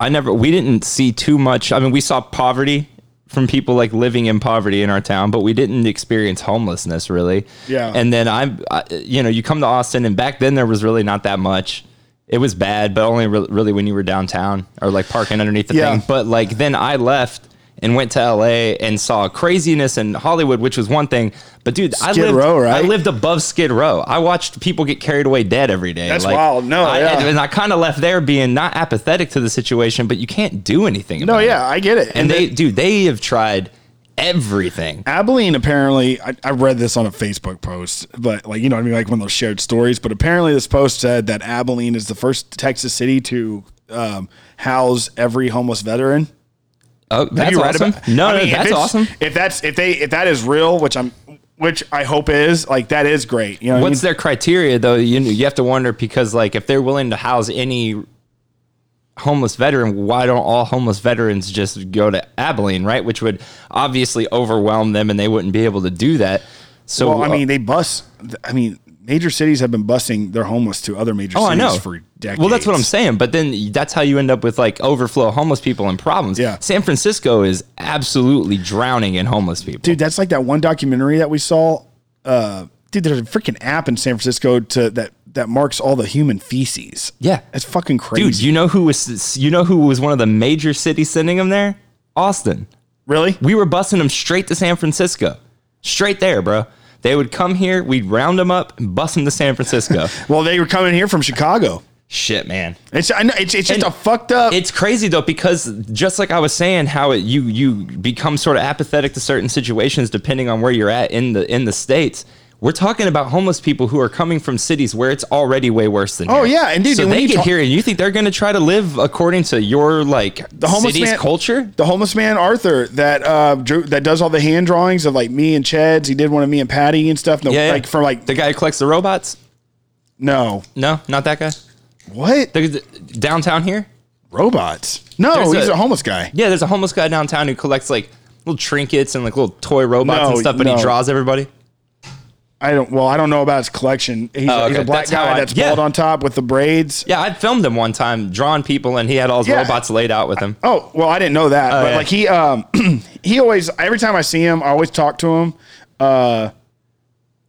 I never we didn't see too much. I mean, we saw poverty from people like living in poverty in our town, but we didn't experience homelessness really. Yeah. And then I'm, I, you know, you come to Austin, and back then there was really not that much. It was bad, but only re- really when you were downtown or like parking underneath the Yeah. thing. But like then I left and went to LA and saw craziness in Hollywood, which was one thing. But dude, I Skid lived, Row, I right? lived lived above Skid Row. I watched people get carried away dead every day. That's wild. No, I, yeah. and I kind of left there being not apathetic to the situation, but you can't do anything. no, about oh, yeah, it. I get it. and they, dude, they have tried everything. Abilene apparently, I, I read this on a Facebook post, but like, you know what I mean? Like one of those shared stories. But apparently, this post said that Abilene is the first Texas city to um, house every homeless veteran. Oh, Have that's you read awesome. about- No, I no, mean, if that's it's- awesome. If that's, if they, if that is real, which I'm, which I hope is, like, that is great. You know what I mean? What's their criteria though? You you have to wonder because like if they're willing to house any homeless veteran, why don't all homeless veterans just go to Abilene, right? Which would obviously overwhelm them, and they wouldn't be able to do that. So Well, I uh, mean, they bus. I mean, major cities have been busing their homeless to other major Oh, I cities know. for decades. Well, that's what I'm saying. But then that's how you end up with like overflow homeless people and problems. Yeah. San Francisco is absolutely drowning in homeless people. dude. That's like that one documentary that we saw. Uh, dude, there's a freaking app in San Francisco to that that marks all the human feces. Yeah. that's fucking crazy. Dude, you know who was you know who was one of the major cities sending them there? Austin. really? We were busing them straight to San Francisco. Straight there, bro. They would come here, we'd round them up and bus them to <laughs> San Francisco. Well, they were coming here from Chicago. Shit, man. It's I know it's, it's just And a fucked up. it's crazy though because just like I was saying, how it, you you become sort of apathetic to certain situations depending on where you're at in the in the states. We're talking about homeless people who are coming from cities where it's already way worse than. Oh, here. yeah, and dude, so and when they you get talk- here and you think they're going to try to live according to your like the homeless city's man, culture? The homeless man Arthur that uh, drew, that does all the hand drawings of like me and Chad's. He did one of me and Patty and stuff. No, Yeah, yeah. like for like the guy who collects the robots. no No, not that guy. what The, the- downtown here. robots. No, There's he's a- a homeless guy. Yeah, there's a homeless guy downtown who collects like little trinkets and like little toy robots and No, stuff, but no. he draws everybody. I don't. Well, I don't know about his collection. He's, Oh, he's a okay. black That's how guy I- that's yeah. bald on top with the braids. Yeah, I filmed him one time drawing people, and he had all his Yeah. robots laid out with him. Oh well, I didn't know that. but yeah. like he, um, <clears throat> he always every time I see him, I always talk to him, uh,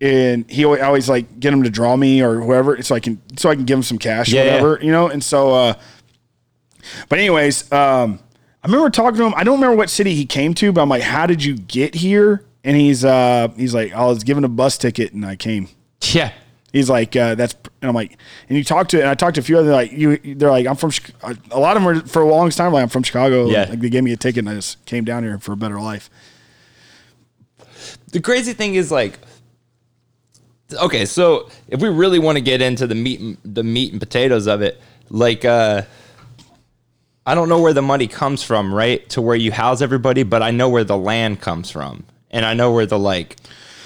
and he always, I always like get him to draw me or whoever, so I can so I can give him some cash Yeah, or yeah. whatever, you know. And so, uh, but anyways, um, I remember talking to him. I don't remember what city he came to, but I'm like, how did you get here? And he's uh, he's like, I was given a bus ticket and I came. Yeah. He's like, uh, that's, and I'm like, and you talk to, and I talked to a few other, like, you, they're like, I'm from, Chi- a lot of them are for a long time, like, I'm from Chicago. Yeah. Like, they gave me a ticket and I just came down here for a better life. The crazy thing is like, okay, so if we really want to get into the meat, and, the meat and potatoes of it, like, uh, I don't know where the money comes from, right? To where you house everybody, but I know where the land comes from, and I know where the like,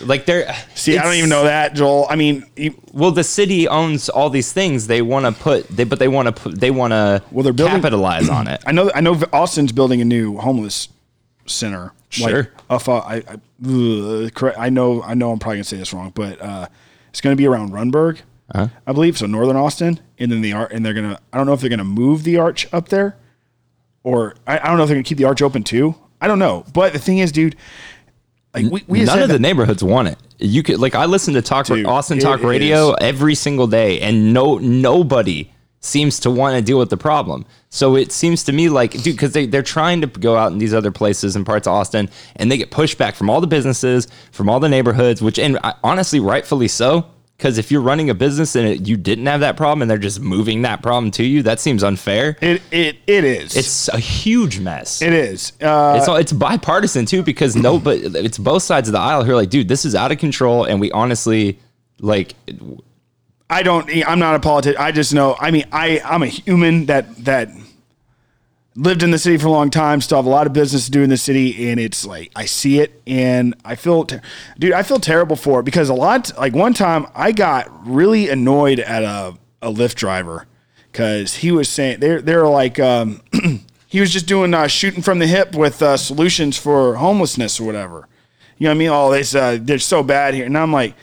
like there. See, I don't even know that, Joel. I mean, you, Well, the city owns all these things. They want to put they, but they want to put they want to Well, they're building- capitalize on it. I know. I know. Austin's building a new homeless center. Sure. Off, uh, I, I, ugh, correct. I know. I know. I'm probably gonna say this wrong, but uh, it's gonna be around Runberg, Uh-huh. I believe. So northern Austin, and then the arch, and they're gonna. I don't know if they're gonna move the arch up there, or I, I don't know if they're gonna keep the arch open too. I don't know. But the thing is, dude, like we, we just None had of the that- neighborhoods want it. You could like I listen to talk Dude, Austin it Talk Radio every single day, and no nobody seems to want to deal with the problem. So it seems to me like dude, because they they're trying to go out in these other places and parts of Austin, and they get pushback from all the businesses, from all the neighborhoods, which and I, honestly, rightfully so. Because if you're running a business and it, you didn't have that problem, and they're just moving that problem to you, that seems unfair. it it it is. It's a huge mess. it is. Uh, It's all, it's bipartisan too because no, but it's both sides of the aisle who are like, dude, this is out of control, and we honestly like, I don't. I'm not a politician. I just know. I mean, I I'm a human that that lived in the city for a long time. Still have a lot of business to do in the city, and it's like I see it, and I feel, ter- dude, I feel terrible for it because a lot. Like one time, I got really annoyed at a a Lyft driver because he was saying they're they're like. Um, <clears throat> he was just doing uh, shooting from the hip with uh, solutions for homelessness or whatever. You know what I mean? Oh, it's uh, they're so bad here, and I'm like,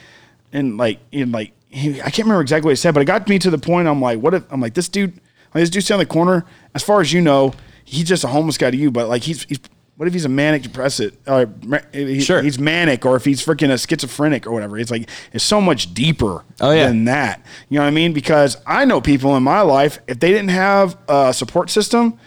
and like, and like, he, I can't remember exactly what he said, but it got me to the point. I'm like, what if I'm like this dude? Like, this dude's down the corner. As far as you know, he's just a homeless guy to you, but like he's, he's what if he's a manic depressive? Or ma- he- Sure. he's manic, or if he's freaking a schizophrenic or whatever. It's like it's so much deeper Oh, yeah. than that. You know what I mean? Because I know people in my life if they didn't have a support system,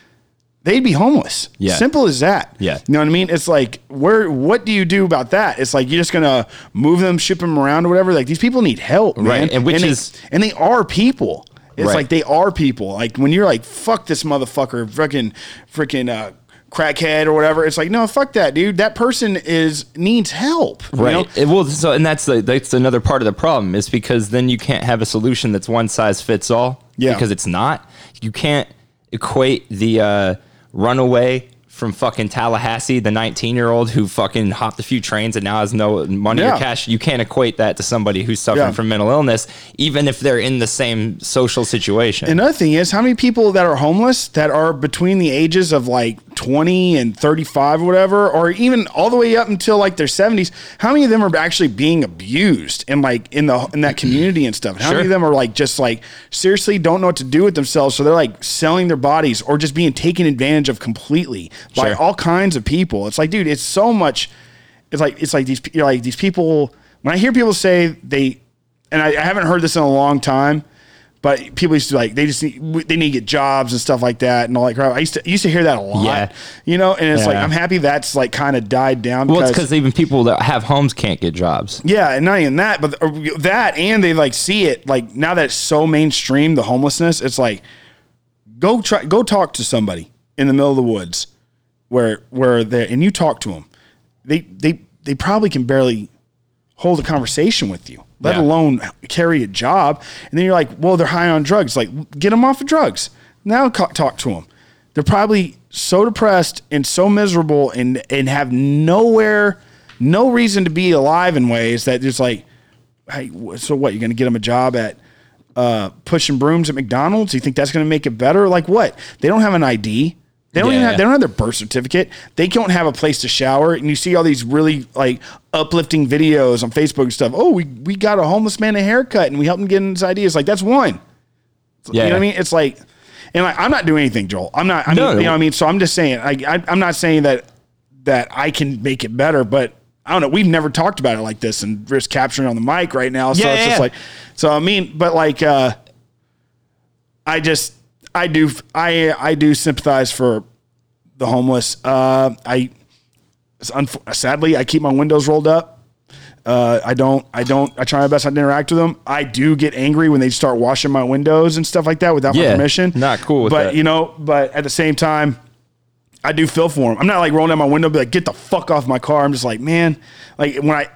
they'd be homeless. Yeah. Simple as that. Yeah. You know what I mean? It's like, where, what do you do about that? It's like, you're just going to move them, ship them around or whatever. Like these people need help, man. Right, and which they- is- and they are people. It's Right. like, they are people. Like when you're like, fuck this motherfucker, freaking, freaking, uh, crackhead or whatever. It's like, no, fuck that dude. That person is needs help. you know? right? It- well, so and that's the that's another part of the problem is because then you can't have a solution that's one size fits all, Yeah. Because it's not. You can't equate the uh, runaway from fucking Tallahassee, the 19 year old who fucking hopped a few trains and now has no money Yeah. or cash. You can't equate that to somebody who's suffering Yeah. from mental illness, even if they're in the same social situation. Another thing is how many people that are homeless that are between the ages of like 20 and 35 or whatever, or even all the way up until like their 70s, how many of them are actually being abused and like in the in that community and stuff? And how many of Sure. them are like just like seriously don't know what to do with themselves? So they're like selling their bodies or just being taken advantage of completely by Sure. all kinds of people. It's like, dude, it's so much it's like it's like these you're like these people when I hear people say they and I, I haven't heard this in a long time, but people used to like they just need, they need to get jobs and stuff like that and all that crap. I used to used to hear that a lot, Yeah. you know. And it's like Yeah. I'm happy that's like kind of died down. Well, it's because even people that have homes can't get jobs. yeah, and not even that, but th- that and they like see it like now that it's so mainstream the homelessness. It's like go try go talk to somebody in the middle of the woods where where they and you talk to them. They they they probably can barely hold a conversation with you, let Yeah. alone carry a job. And then you're like, well, they're high on drugs. Like, get them off of drugs. Now co- talk to them. They're probably so depressed and so miserable and and have nowhere, no reason to be alive in ways that it's like, hey, wh- so what? You're gonna get them a job at uh, pushing brooms at McDonald's? You think that's gonna make it better? Like what? They don't have an ID. They don't even Yeah. have, they don't have their birth certificate. They don't have a place to shower. And you see all these really like uplifting videos on Facebook and stuff. Oh, we, we got a homeless man a haircut and we helped him get his ideas. Like that's one. Yeah, You know what I mean? It's like, and like, I'm not doing anything, Joel. I'm not, I mean, No. you know what I mean? So I'm just saying, I, I, I'm not saying that, that I can make it better, but I don't know. We've never talked about it like this and just capturing it on the mic right now. So Yeah, it's yeah, just yeah. like, so I mean, but like, uh, I just, I do, I, I do sympathize for the homeless. Uh, I, it's unf- sadly, I keep my windows rolled up. Uh, I don't, I don't, I try my best not to interact with them. I do get angry when they start washing my windows and stuff like that without my Yeah, permission. not cool with but that. you know, but at the same time, I do feel for them. I'm not like rolling down my window, and be like, get the fuck off my car. I'm just like, man, like when I,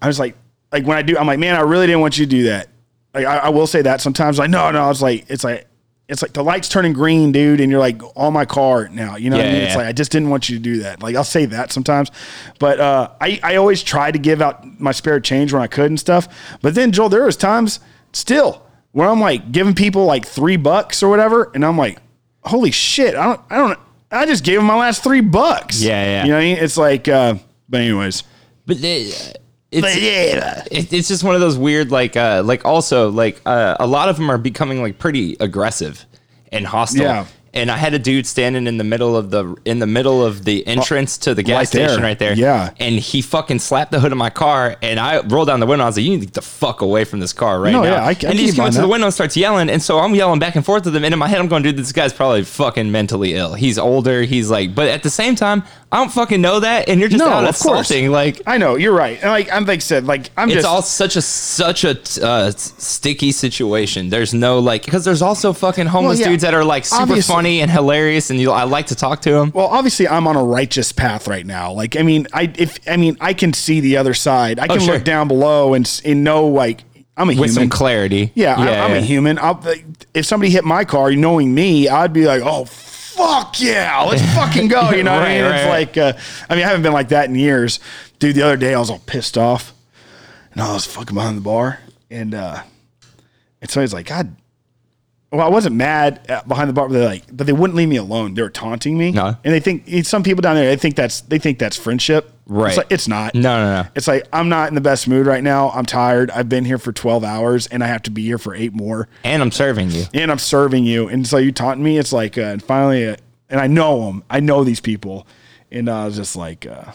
I was like, like when I do, I'm like, man, I really didn't want you to do that. Like I, I will say that sometimes, like, no, no, I was like, it's like, it's like the lights turning green, dude, and you're like on my car now. You know what I Yeah, mean? yeah, It's yeah. like I just didn't want you to do that. Like I'll say that sometimes, but uh, I I always try to give out my spare change when I could and stuff. But then Joel, there was times still where I'm like giving people like three bucks or whatever, and I'm like, holy shit, I don't I don't I just gave them my last three bucks. Yeah, yeah. You know what I mean? It's like, uh, but anyways. But they, it's, it, it's just one of those weird like uh like also like uh, a lot of them are becoming like pretty aggressive and hostile Yeah. and i had a dude standing in the middle of the in the middle of the entrance to the gas right there. station right there Yeah. and he fucking slapped the hood of my car and i rolled down the window i was like you need to get the fuck away from this car right No, now yeah, I- I and can he just came mind up to the that. window and starts yelling and so i'm yelling back and forth with him and in my head i'm going dude this guy's probably fucking mentally ill he's older he's like but at the same time i don't fucking know that and you're just No, out of course. assaulting like I know you're right, and like I'm like I said, like I'm it's just all such a such a t- uh, s- sticky situation. There's no like because there's also fucking homeless yeah. dudes that are like super Obviously. funny and hilarious, and you I like to talk to them. well obviously i'm on a righteous path right now like i mean i if i mean i can see the other side i can Oh, sure. look down below and s- and know like i'm a with some human clarity. yeah, I, i'm yeah. a human I'll, like, if somebody hit my car knowing me i'd be like oh fuck yeah <laughs> let's fucking go you know what i Right, mean right, it's right. like uh, i mean i haven't been like that in years dude the other day i was all pissed off and i was fucking behind the bar and uh and somebody's like god well, I wasn't mad at behind the bar, but they like, but they wouldn't leave me alone. They were taunting me, No. and they think and some people down there. They think that's they think that's friendship, Right. It's, like, it's not. No, no, no. It's like I'm not in the best mood right now. I'm tired. I've been here for 12 hours, and I have to be here for eight more. And I'm serving you. And I'm serving you, and so you taunt me. It's like, uh, and finally, uh, and I know them. I know these people, and I was just like, uh,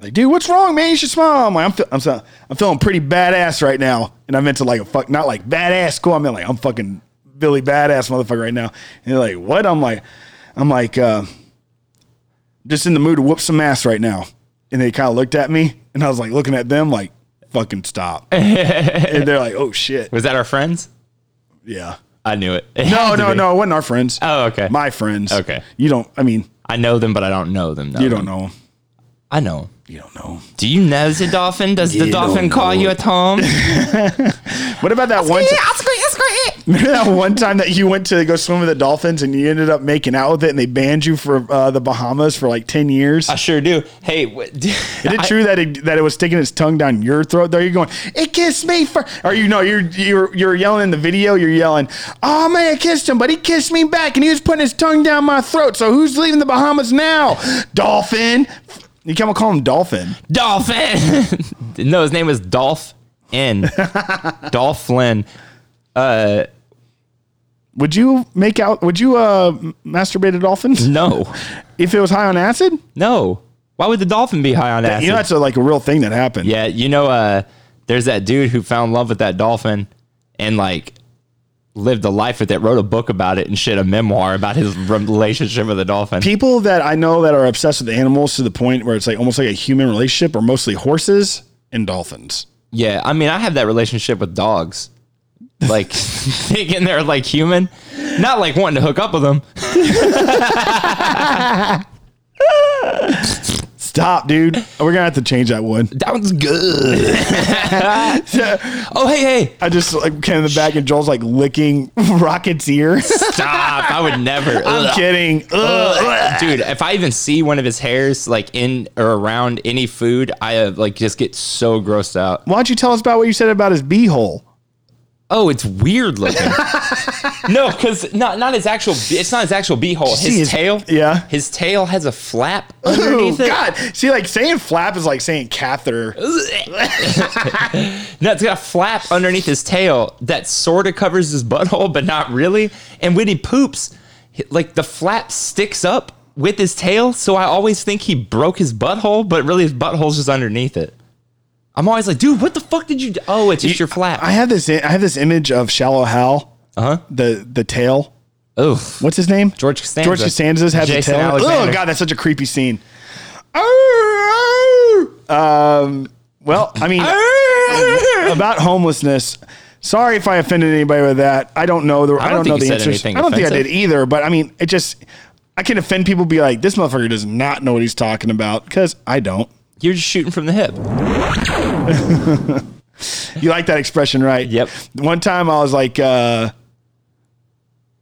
like, dude, what's wrong, man? You should smile. I'm like, I'm, feel, I'm, so- I'm feeling pretty badass right now. And I meant to like a fuck, not like badass, cool. I meant like I'm fucking Billy badass motherfucker right now. And they're like, what? I'm like, I'm like, uh, just in the mood to whoop some ass right now. And they kind of looked at me and I was like looking at them like, fucking stop. and they're like, oh shit. Was that our friends? Yeah. I knew it. <laughs> No, no, no. It wasn't our friends. Oh, okay. My friends. Okay. Oh. You don't, I mean, I know them, but I don't know them. Know you them. don't know 'em. I know. 'em. You don't know 'em. Do you know the dolphin? Does the You dolphin don't call know. you <laughs> at home? What about that <laughs> one? ti- Remember <laughs> that one time that you went to go swim with the dolphins and you ended up making out with it and they banned you for uh, the Bahamas for like 10 years? I sure do. Hey, <laughs> what, Is it Uh, I- true that it, that it was sticking its tongue down your throat? There you're going, it kissed me for. Or you know, you're you're you're yelling in the video. You're yelling, oh man, I kissed him, but he kissed me back, and he was putting his tongue down my throat. So who's leaving the Bahamas now? Dolphin. You can't call him dolphin. Dolphin. <laughs> no, his name is Dolph <laughs> N. Dolph Flynn. Would you make out? Would you uh, masturbate a dolphin No, if it was high on acid? no. Why would the dolphin be high on acid? You know, that's a, like a real thing that happened. yeah, you know, uh, there's that dude who found love with that dolphin and like lived a life with it, wrote a book about it and shit, a memoir about his relationship with the dolphin. people that I know that are obsessed with animals to the point where it's like almost like a human relationship are mostly horses and dolphins. yeah, I mean, I have that relationship with dogs. <laughs> Like thinking they're like human, not like wanting to hook up with them. Stop, <laughs> dude. We're gonna have to change that <laughs> one. That one's good. oh, hey, hey, I just like came in the back and Joel's like licking <laughs> Rocket's <laughs> ear. Stop! I would <laughs> never. I'm Ugh. kidding. <laughs> Ugh. Dude, if I even see one of his hairs like in or around any food, I uh, like just get so grossed out. Why don't you tell us about what you said about his beehole? Oh, it's weird looking. <laughs> no, because not not his actual. It's not his actual beehole. see His, his- tail. yeah. His tail has a flap Oh underneath it. God! See, like saying flap is like saying catheter. No, it's got a flap underneath his tail that sort of covers his butthole, but not really. And when he poops, he- like the flap sticks up with his tail, so I always think he broke his butthole, but really his butthole's just underneath it. I'm always like, dude, what the fuck did you? Do? Oh, it's just your flap. I have this. I have this image of Shallow Hal. Uh huh. The the tail. Oh, What's his name? George Costanza. George Costanza's had the Jason tail. Alexander. Oh God, that's such a creepy scene. Um. Well, I <laughs> mean. about homelessness. Sorry if I offended anybody with that. I don't know the I don't, don't think know you the said answers. I anything don't think I offensive. did either, but I mean, it just I can offend people be like this motherfucker does not know what he's talking about cuz I don't. You're just shooting from the hip. You like that expression, right? Yep. One time I was like uh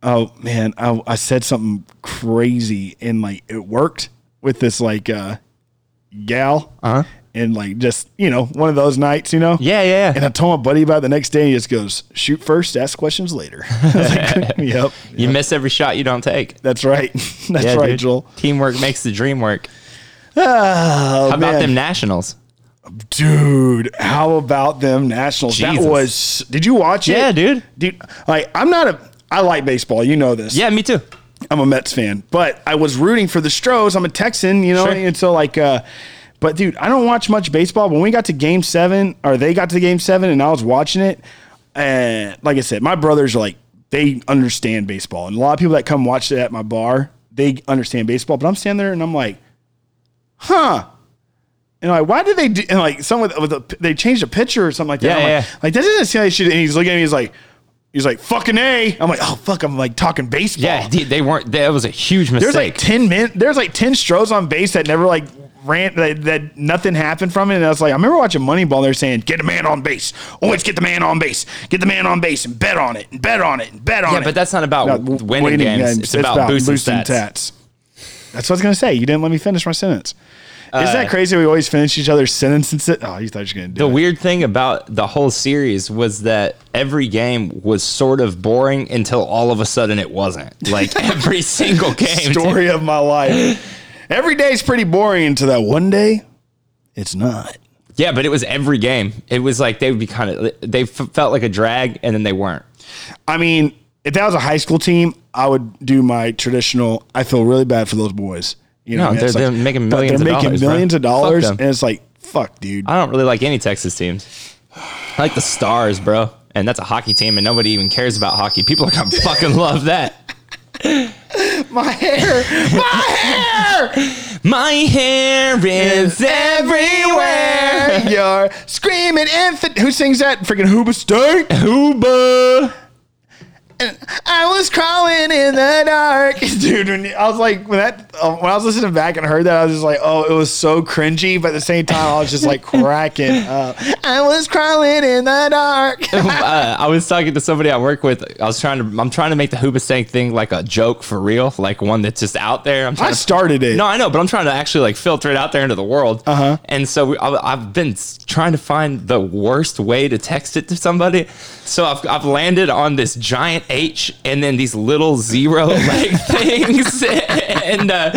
Oh man, I, I said something crazy and like it worked with this like uh gal Uh-huh. and like just you know one of those nights you know Yeah, yeah, And I told my buddy about it the next day. And he just goes, "Shoot first, ask questions later." <laughs> I was <laughs> like, yep, You miss every shot you don't take. that's right. <laughs> That's Yeah, right, dude. Joel. Teamwork makes the dream work. Oh, How about man. them nationals? dude? How about them Nationals? Jesus. That was. Did you watch it? Yeah, dude. dude. Like, I'm not a. I like baseball. You know this. Yeah, me too. I'm a Mets fan, but I was rooting for the Stros. I'm a Texan, you know, Sure. and so like, uh, but dude, I don't watch much baseball. When we got to Game Seven, or they got to Game Seven, and I was watching it, and like I said, my brothers are like they understand baseball, and a lot of people that come watch it at my bar, they understand baseball. But I'm standing there and I'm like, huh. And like, why did they do? And like, someone with a, they changed a pitcher or something like that. Yeah, I'm yeah, like, yeah. like that doesn't seem like they should. And he's looking at me. He's like, he's like, fucking a. I'm like, oh fuck. I'm like talking baseball. Yeah, dude, they weren't. That was a huge Oh. There's mistake. like ten min. There's like ten strokes on base that never like ran. That, that nothing happened from it. And I was like, I remember watching Moneyball. They're saying, "Get a man on base. Always get the man on base. Get the man on base and bet on it. And bet on it. And bet on yeah, it." but that's not about No, w- winning, games. It's, about, boosting, stats. That's what I was gonna say. You didn't let me finish my sentence. Isn't Uh, that crazy? We always finish each other's sentences. Oh, you thought you were gonna do The it. weird thing about the whole series was that every game was sort of boring until all of a sudden it wasn't. Like every single <laughs> game. story of my life. Every day's pretty boring until that one day, it's not. Yeah, but it was every game. It was like they would be kind of they f- felt like a drag and then they weren't. I mean, if that was a high school team, I would do my traditional. I feel really bad for those boys. You know, No, and they're- it's they're making but millions of They're making dollars, bro. millions of Fuck dollars, them. and it's like, fuck, dude. I don't really like any Texas teams. I like the Stars, bro. And that's a hockey team and nobody even cares about hockey. People are going to <laughs> fucking love that. My hair, my hair My hair is everywhere. <laughs> You're screaming infant. Who sings that? Freaking Hooba Stank. Hooba. And I was crawling in the dark, <laughs> dude. When you- I was like, when that, uh, when I was listening back and heard that, I was just like, oh, it was so cringy. But at the same time, I was just like <laughs> cracking up. I was crawling in the dark. uh, I was talking to somebody I work with. I was trying to, I'm trying to make the Hoobastank thing like a joke for real, like one that's just out there. I'm trying I to- started it. Uh-huh. No, I know, but I'm trying to actually like filter it out there into the world. Uh huh. And so we, I, I've been s- trying to find the worst way to text it to somebody. So I've, I've landed on this giant H and then these little zero <laughs> like things, <laughs> and uh,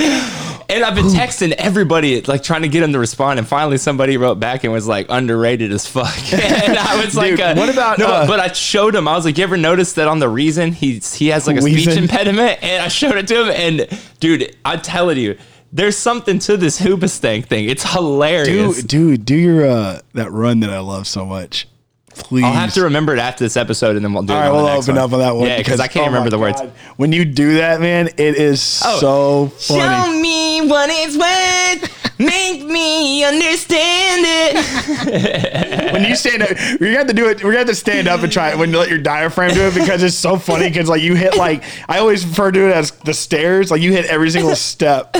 and I've been texting everybody like trying to get them to respond. And finally, somebody wrote back and was like underrated as fuck. <laughs> and I was like, Dude, uh, what about, No, uh, but I showed him. I was like, you ever noticed that on the reason he's he has like a speech Reason? impediment? impediment and I showed it to him and dude, I'm telling you, there's something to this hoobastank thing. It's hilarious. dude, dude, do your uh, that run that I love so much. Please. I'll have to remember it after this episode and then we'll do it. All right, on the we'll next open up on that one. Yeah, because I can't oh remember my the words. God. When you do that, man, it is Oh. so funny. Show me what it's worth. Make me understand it. When you stand up, we have to do it. We have to stand up and try it when you let your diaphragm do it because it's so funny. Because like you hit like I always refer to it as the stairs. Like you hit every single step.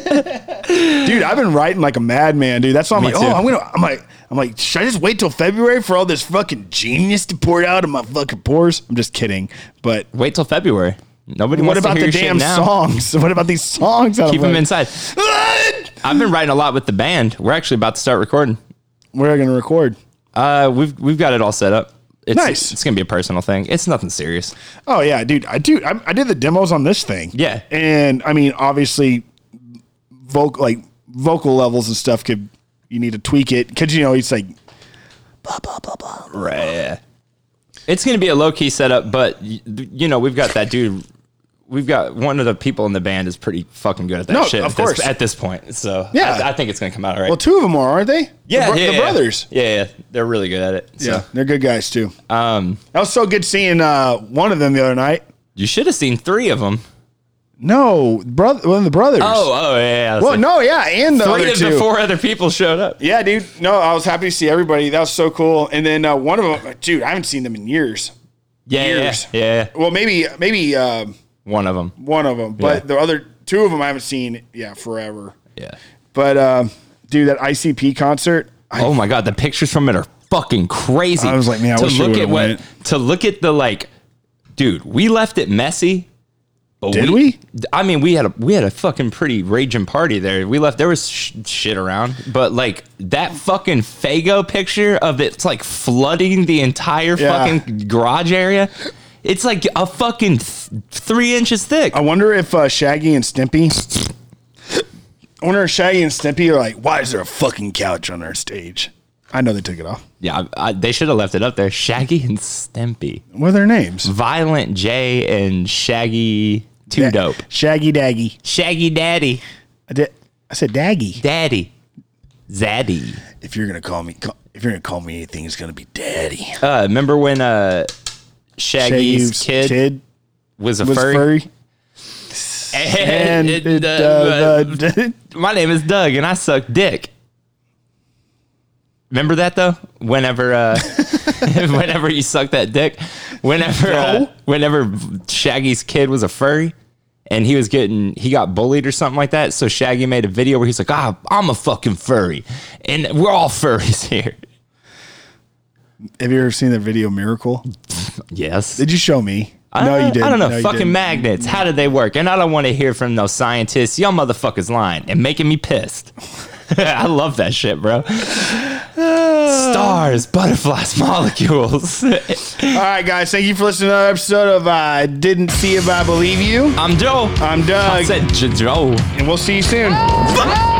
dude, I've been writing like a madman, dude. That's why I'm Me like, too. oh, I'm gonna. I'm like, I'm like, should I just wait till February for all this fucking genius to pour out of my fucking pores? I'm just kidding, but. <laughs> Wait till February. Nobody What wants about to hear the your shit damn now. songs? <laughs> What about these songs? Keep them inside. <laughs> I've been writing a lot with the band. We're actually about to start recording. We're gonna record. Uh, we've we've got it all set up. It's, Nice. It's gonna be a personal thing. It's nothing serious. Oh yeah, dude. I do. I, I did the demos on this thing. Yeah. and I mean, obviously, vocal like vocal levels and stuff could you need to tweak it because you know it's like Right. It's going to be a low key setup, but y- you know we've got that dude. We've got one of the people in the band is pretty fucking good at that No, shit. of at this- course. at this point, so Yeah. I, I think it's going to come out all right. well, two of them are, aren't they? yeah, the, bro- yeah, the yeah. brothers. Yeah, yeah, they're really good at it. So. Yeah, they're good guys too. Um, That was so good seeing uh, one of them the other night. you should have seen three of them. No, brother, one of the brothers. Oh, oh yeah. yeah. I was well, like, no, yeah, and the three other of the two. four other people showed up. Yeah, dude. No, I was happy to see everybody. That was so cool. And then uh, one of them, dude, I haven't seen them in years. Yeah, yeah, Years. yeah, yeah. Well, maybe maybe um, One of them. one of them, but Yeah. the other two of them I haven't seen. Yeah, forever. Yeah. But um, dude, that ICP concert. I, oh my god, the pictures from it are fucking crazy. I was like, man, I to wish I look would've at what went. to look at the like dude, we left it messy. but Did we? I mean, we had a we had a fucking pretty raging party there. We left there was sh- shit around, but like that fucking Fago picture of it's like flooding the entire Yeah. fucking garage area. It's like a fucking th- three inches thick. I wonder if uh, Shaggy and Stimpy. I wonder if Shaggy and Stimpy are like, why is there a fucking couch on our stage? I know they took it off. Yeah, I, I, they should have left it up there. Shaggy and Stimpy, What are their names? Violent J and Shaggy Too Dope, Shaggy Daggy. Shaggy Daddy, I, did, I said Daggy. Daddy, Zaddy. If you're gonna call me, call, if you're gonna call me anything, it's gonna be Daddy. Uh, remember when uh, Shaggy's kid, was a was furry? <laughs> furry, and And, it- it, uh, uh, <laughs> the- my name is Doug, and I suck dick. Remember that though. Whenever, uh, <laughs> whenever you suck that dick, whenever, uh, No. whenever Shaggy's kid was a furry, and he was getting he got bullied or something like that. So Shaggy made a video where he's like, "Ah, I'm a fucking furry, and we're all furries <laughs> here." have you ever seen the video Miracle? Yes. Did you show me? I- no, you didn't. I don't know. No, you fucking didn't. magnets. How do they work? And I don't want to hear from no scientists. Y'all motherfuckers lying and making me pissed. <laughs> I love that <sighs> shit, bro. Stars, butterflies, <laughs> molecules. <laughs> All right, guys. Thank you for listening to another episode of I Didn't See If I Believe You. I'm Joe. I'm Doug, I said J- Joe. and we'll see you soon. Fuck.